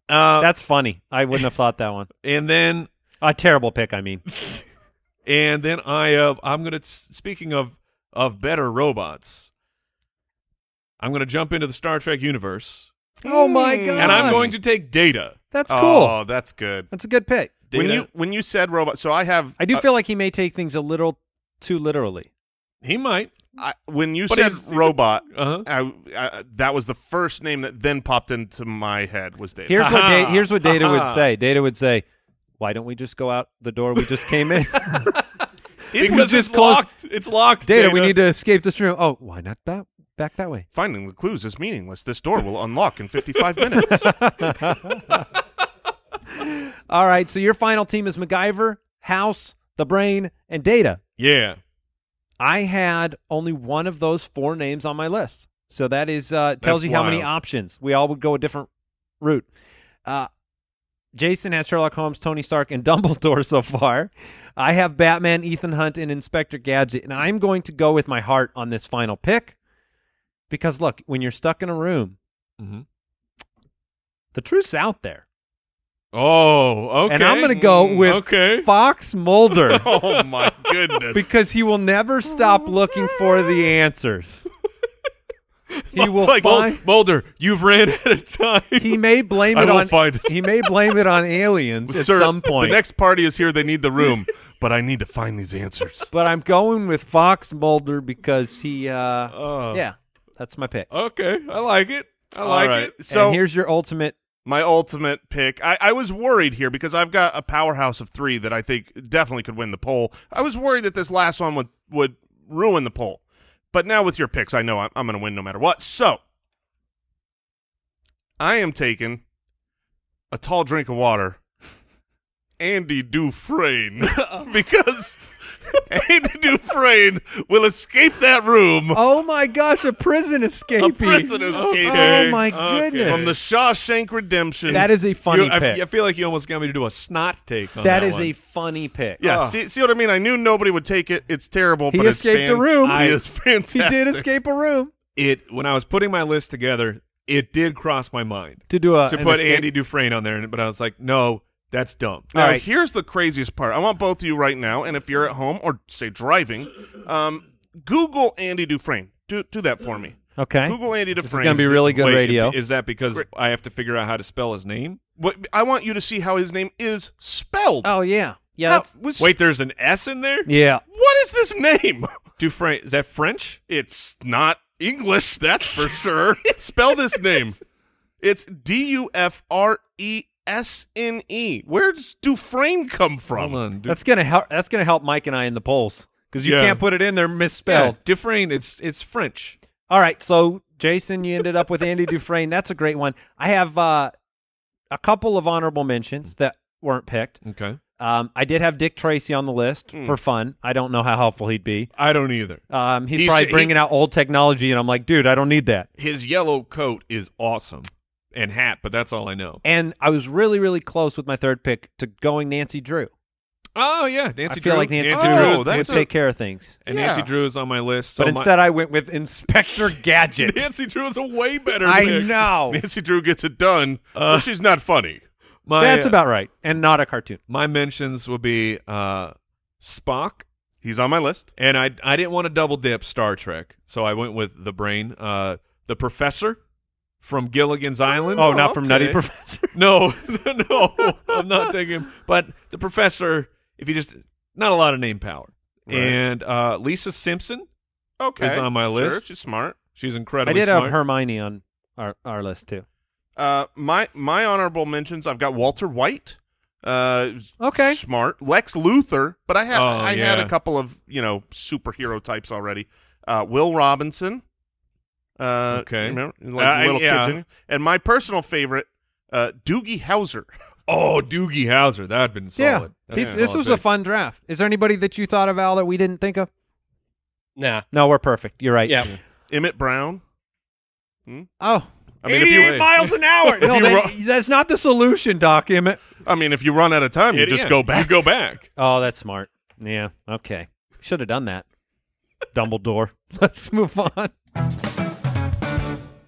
[SPEAKER 6] Uh,
[SPEAKER 2] That's funny. I wouldn't have thought that one.
[SPEAKER 6] and then
[SPEAKER 2] A terrible pick, I mean.
[SPEAKER 6] And then I uh, I'm gonna speaking of of better robots, I'm gonna jump into the Star Trek universe,
[SPEAKER 2] Oh my god.
[SPEAKER 6] and I'm going to take Data.
[SPEAKER 2] That's cool.
[SPEAKER 4] Oh, that's good.
[SPEAKER 2] That's a good pick.
[SPEAKER 6] Data.
[SPEAKER 4] When you when you said robot, so I have.
[SPEAKER 2] I do
[SPEAKER 4] uh,
[SPEAKER 2] feel like he may take things a little too literally.
[SPEAKER 6] he might.
[SPEAKER 4] I, when you
[SPEAKER 6] But
[SPEAKER 4] said
[SPEAKER 6] he's- he's a-
[SPEAKER 4] robot,
[SPEAKER 6] Uh-huh.
[SPEAKER 4] I, I, that was the first name that then popped into my head was David.
[SPEAKER 2] Here's what da-
[SPEAKER 6] Ha-ha.
[SPEAKER 2] here's what Data would
[SPEAKER 6] Ha-ha.
[SPEAKER 2] say. Data would say, "Why don't we just go out the door we just came in?"
[SPEAKER 4] If we
[SPEAKER 6] because
[SPEAKER 4] just
[SPEAKER 6] it's
[SPEAKER 2] closed-
[SPEAKER 6] locked. It's locked.
[SPEAKER 2] Data, we need to escape this room. Oh, why not that back that way?
[SPEAKER 4] finding the clues is meaningless. This door will unlock in 55 minutes.
[SPEAKER 2] All right, so your final team is MacGyver, House, the Brain, and Data.
[SPEAKER 6] Yeah.
[SPEAKER 2] I had only one of those four names on my list. So that is uh, tells
[SPEAKER 6] That's
[SPEAKER 2] you how many
[SPEAKER 6] wild.
[SPEAKER 2] options. We all would go a different route. Uh, Jason has Sherlock Holmes, Tony Stark, and Dumbledore so far. I have Batman, Ethan Hunt, and Inspector Gadget, and I'm going to go with my heart on this final pick because look, when you're stuck in a room,
[SPEAKER 6] Mhm.
[SPEAKER 2] the truth's out there,
[SPEAKER 6] Oh, okay.
[SPEAKER 2] and I'm going to go with
[SPEAKER 6] okay.
[SPEAKER 2] Fox Mulder
[SPEAKER 4] oh my goodness.
[SPEAKER 2] because he will never stop looking for the answers. He will
[SPEAKER 4] Like,
[SPEAKER 6] Mul-
[SPEAKER 2] find.
[SPEAKER 6] Mulder, you've ran out of time.
[SPEAKER 2] He may blame
[SPEAKER 4] I
[SPEAKER 2] it
[SPEAKER 4] will
[SPEAKER 2] on.
[SPEAKER 4] find it.
[SPEAKER 2] He may blame it on aliens at
[SPEAKER 4] Sir,
[SPEAKER 2] some point.
[SPEAKER 4] The next party is here. They need the room, but I need to find these answers.
[SPEAKER 2] but I'm going with Fox Mulder because he. Uh,
[SPEAKER 6] Oh.
[SPEAKER 2] yeah, that's my pick.
[SPEAKER 6] okay, I like it. I like
[SPEAKER 4] All right.
[SPEAKER 6] it.
[SPEAKER 4] uh, So
[SPEAKER 2] and here's your ultimate.
[SPEAKER 4] my ultimate pick. I, I was worried here because I've got a powerhouse of three that I think definitely could win the poll. I was worried that this last one would, would ruin the poll. But now with your picks, I know I'm, I'm going to win no matter what. So I am taking a tall drink of water, Andy Dufresne, because Andy Dufresne will escape that room.
[SPEAKER 2] Oh my gosh, a prison escapee!
[SPEAKER 4] prison escapee.
[SPEAKER 2] Oh my
[SPEAKER 6] Okay.
[SPEAKER 2] goodness!
[SPEAKER 4] From the Shawshank Redemption.
[SPEAKER 2] that is a funny
[SPEAKER 6] You- I,
[SPEAKER 2] pick.
[SPEAKER 6] I feel like you almost got me to do a snot take on
[SPEAKER 2] that
[SPEAKER 6] that
[SPEAKER 2] is
[SPEAKER 6] one.
[SPEAKER 2] a funny pick.
[SPEAKER 4] Yeah,
[SPEAKER 6] Ugh.
[SPEAKER 4] see, see what I mean? I knew nobody would take it. It's terrible.
[SPEAKER 2] Oh. He
[SPEAKER 4] but it's
[SPEAKER 2] escaped
[SPEAKER 4] fan-
[SPEAKER 2] a room.
[SPEAKER 4] He
[SPEAKER 2] I-
[SPEAKER 4] is
[SPEAKER 2] he
[SPEAKER 4] fantastic.
[SPEAKER 2] did escape a room
[SPEAKER 6] it when I was putting my list together, it did cross my mind
[SPEAKER 2] to do a
[SPEAKER 6] to
[SPEAKER 2] Uh, an
[SPEAKER 6] put
[SPEAKER 2] escape-
[SPEAKER 6] Andy Dufresne on there, but I was like, no, That's dumb. Oh,
[SPEAKER 4] Now, here's the craziest part. I want both of you right now, and if you're at home or say driving, um, Google Andy Dufresne. Do do that for me.
[SPEAKER 2] Okay.
[SPEAKER 4] Google Andy
[SPEAKER 2] This is
[SPEAKER 4] Dufresne.
[SPEAKER 2] gonna be really good
[SPEAKER 6] Wait,
[SPEAKER 2] radio.
[SPEAKER 6] Is that because
[SPEAKER 4] Great.
[SPEAKER 6] I have to figure out how to spell his name?
[SPEAKER 4] What, I want you to see how his name is spelled.
[SPEAKER 2] Oh yeah, yeah.
[SPEAKER 4] How-
[SPEAKER 2] that's-
[SPEAKER 4] was-
[SPEAKER 6] Wait, there's an S in there?
[SPEAKER 2] yeah.
[SPEAKER 4] What is this name?
[SPEAKER 6] Dufresne. Is that French?
[SPEAKER 4] It's not English, that's for sure. Spell this name. It's D U F R E S N E. Where does Dufresne come from?
[SPEAKER 6] Hold on. Du-
[SPEAKER 2] That's gonna help. That's gonna help Mike and I in the polls because you
[SPEAKER 6] Yeah.
[SPEAKER 2] can't put it in. They're misspelled.
[SPEAKER 6] Yeah, Dufresne. It's it's French.
[SPEAKER 2] All right, so Jason, you ended up with Andy Dufresne. That's a great one. I have uh, a couple of honorable mentions that weren't picked.
[SPEAKER 6] Okay.
[SPEAKER 2] Um, I did have Dick Tracy on the list
[SPEAKER 6] Hmm.
[SPEAKER 2] for fun. I don't know how helpful he'd be.
[SPEAKER 6] I don't either.
[SPEAKER 2] Um, he's,
[SPEAKER 6] He's-
[SPEAKER 2] probably
[SPEAKER 6] he-
[SPEAKER 2] bringing out old technology, and I'm like, dude, I don't need that.
[SPEAKER 6] His yellow coat is awesome, and hat. But that's all I know.
[SPEAKER 2] And I was really, really close with my third pick to going Nancy Drew.
[SPEAKER 6] Oh yeah, Nancy.
[SPEAKER 2] I feel
[SPEAKER 6] Drew.
[SPEAKER 2] like Nancy,
[SPEAKER 4] Nancy
[SPEAKER 2] Drew
[SPEAKER 4] Drew-
[SPEAKER 2] would
[SPEAKER 4] that's a-
[SPEAKER 2] take care of things.
[SPEAKER 6] and
[SPEAKER 4] Yeah.
[SPEAKER 6] Nancy Drew is on my list. So
[SPEAKER 2] but
[SPEAKER 6] my-
[SPEAKER 2] instead, I went with Inspector Gadget.
[SPEAKER 6] Nancy Drew is a way better.
[SPEAKER 2] I
[SPEAKER 6] pick.
[SPEAKER 2] know.
[SPEAKER 4] Nancy Drew gets it done,
[SPEAKER 6] Uh,
[SPEAKER 4] but she's not funny.
[SPEAKER 6] My,
[SPEAKER 2] That's
[SPEAKER 6] uh,
[SPEAKER 2] about right, and not a cartoon.
[SPEAKER 6] my mentions will be uh, Spock,
[SPEAKER 4] He's on my list.
[SPEAKER 6] and I I didn't want to double dip Star Trek, so I went with the brain, uh, the Professor from Gilligan's Island.
[SPEAKER 2] Oh, not from Nutty
[SPEAKER 4] okay.
[SPEAKER 2] Professor.
[SPEAKER 6] No, no, I'm not taking him. But the professor, if you just not a lot of name power,
[SPEAKER 4] Right.
[SPEAKER 6] and uh, Lisa Simpson,
[SPEAKER 4] Okay.
[SPEAKER 6] Is on my
[SPEAKER 4] Sure,
[SPEAKER 6] list.
[SPEAKER 4] she's smart.
[SPEAKER 6] she's
[SPEAKER 2] I
[SPEAKER 6] incredibly.
[SPEAKER 2] did
[SPEAKER 6] smart.
[SPEAKER 2] have Hermione on our, our list too.
[SPEAKER 4] Uh, my my honorable mentions. I've got Walter White. Uh,
[SPEAKER 2] Okay.
[SPEAKER 4] smart Lex Luthor. But I had
[SPEAKER 6] Oh,
[SPEAKER 4] I had
[SPEAKER 6] yeah.
[SPEAKER 4] a couple of you know superhero types already. Uh, Will Robinson. Uh,
[SPEAKER 6] Okay.
[SPEAKER 4] remember
[SPEAKER 6] Uh,
[SPEAKER 4] like
[SPEAKER 6] I-
[SPEAKER 4] little kid,
[SPEAKER 6] yeah.
[SPEAKER 4] didn't- and my personal favorite, uh, Doogie Howser.
[SPEAKER 6] Oh, Doogie Howser, that'd been solid.
[SPEAKER 2] Yeah,
[SPEAKER 6] That's
[SPEAKER 2] These- this
[SPEAKER 6] solid
[SPEAKER 2] was a
[SPEAKER 6] pick.
[SPEAKER 2] fun draft. Is there anybody that you thought of Al that we didn't think of?
[SPEAKER 7] Nah.
[SPEAKER 2] No, we're perfect. You're right.
[SPEAKER 7] Yeah.
[SPEAKER 4] Emmett Brown.
[SPEAKER 2] Oh,
[SPEAKER 4] I mean, if you,
[SPEAKER 6] Idiot. miles
[SPEAKER 2] an hour.
[SPEAKER 4] If
[SPEAKER 2] no,
[SPEAKER 4] you
[SPEAKER 2] that-
[SPEAKER 4] ru-
[SPEAKER 2] that's not the solution, Doc Emmett.
[SPEAKER 4] I mean, if you run out of time, you
[SPEAKER 6] Yeah,
[SPEAKER 4] just
[SPEAKER 6] yeah,
[SPEAKER 4] go back.
[SPEAKER 6] You go back.
[SPEAKER 2] Oh, that's smart. Yeah. Okay. Should have done that. Dumbledore. Let's move on.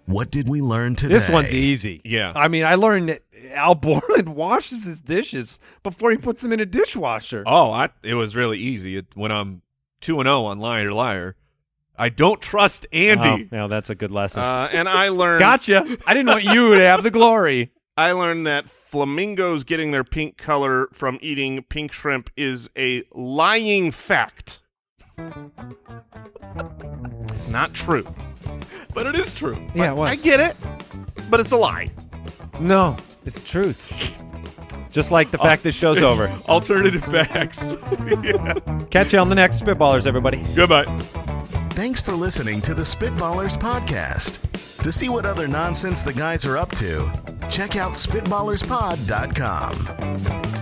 [SPEAKER 9] What did we learn today?
[SPEAKER 2] This one's easy.
[SPEAKER 6] Yeah.
[SPEAKER 2] I mean, I learned that Al Borland washes his dishes before he puts them in a dishwasher.
[SPEAKER 6] Oh, I, it was really easy. It, when I'm two and zero on Liar Liar, I don't trust
[SPEAKER 2] Oh,
[SPEAKER 6] Andy.
[SPEAKER 2] no, that's a good lesson.
[SPEAKER 4] Uh, and I learned
[SPEAKER 2] gotcha. I didn't want you to have the glory.
[SPEAKER 4] I learned that flamingos getting their pink color from eating pink shrimp is a lying fact. It's not true.
[SPEAKER 6] But it is true.
[SPEAKER 2] Yeah, it was.
[SPEAKER 4] I get it, but it's a lie.
[SPEAKER 2] No, it's truth. Just like the fact this show's over.
[SPEAKER 6] Alternative facts.
[SPEAKER 2] Catch you on the next Spitballers, everybody.
[SPEAKER 6] Goodbye.
[SPEAKER 9] Thanks for listening to the Spitballers Podcast. To see what other nonsense the guys are up to, check out SpitballersPod.com.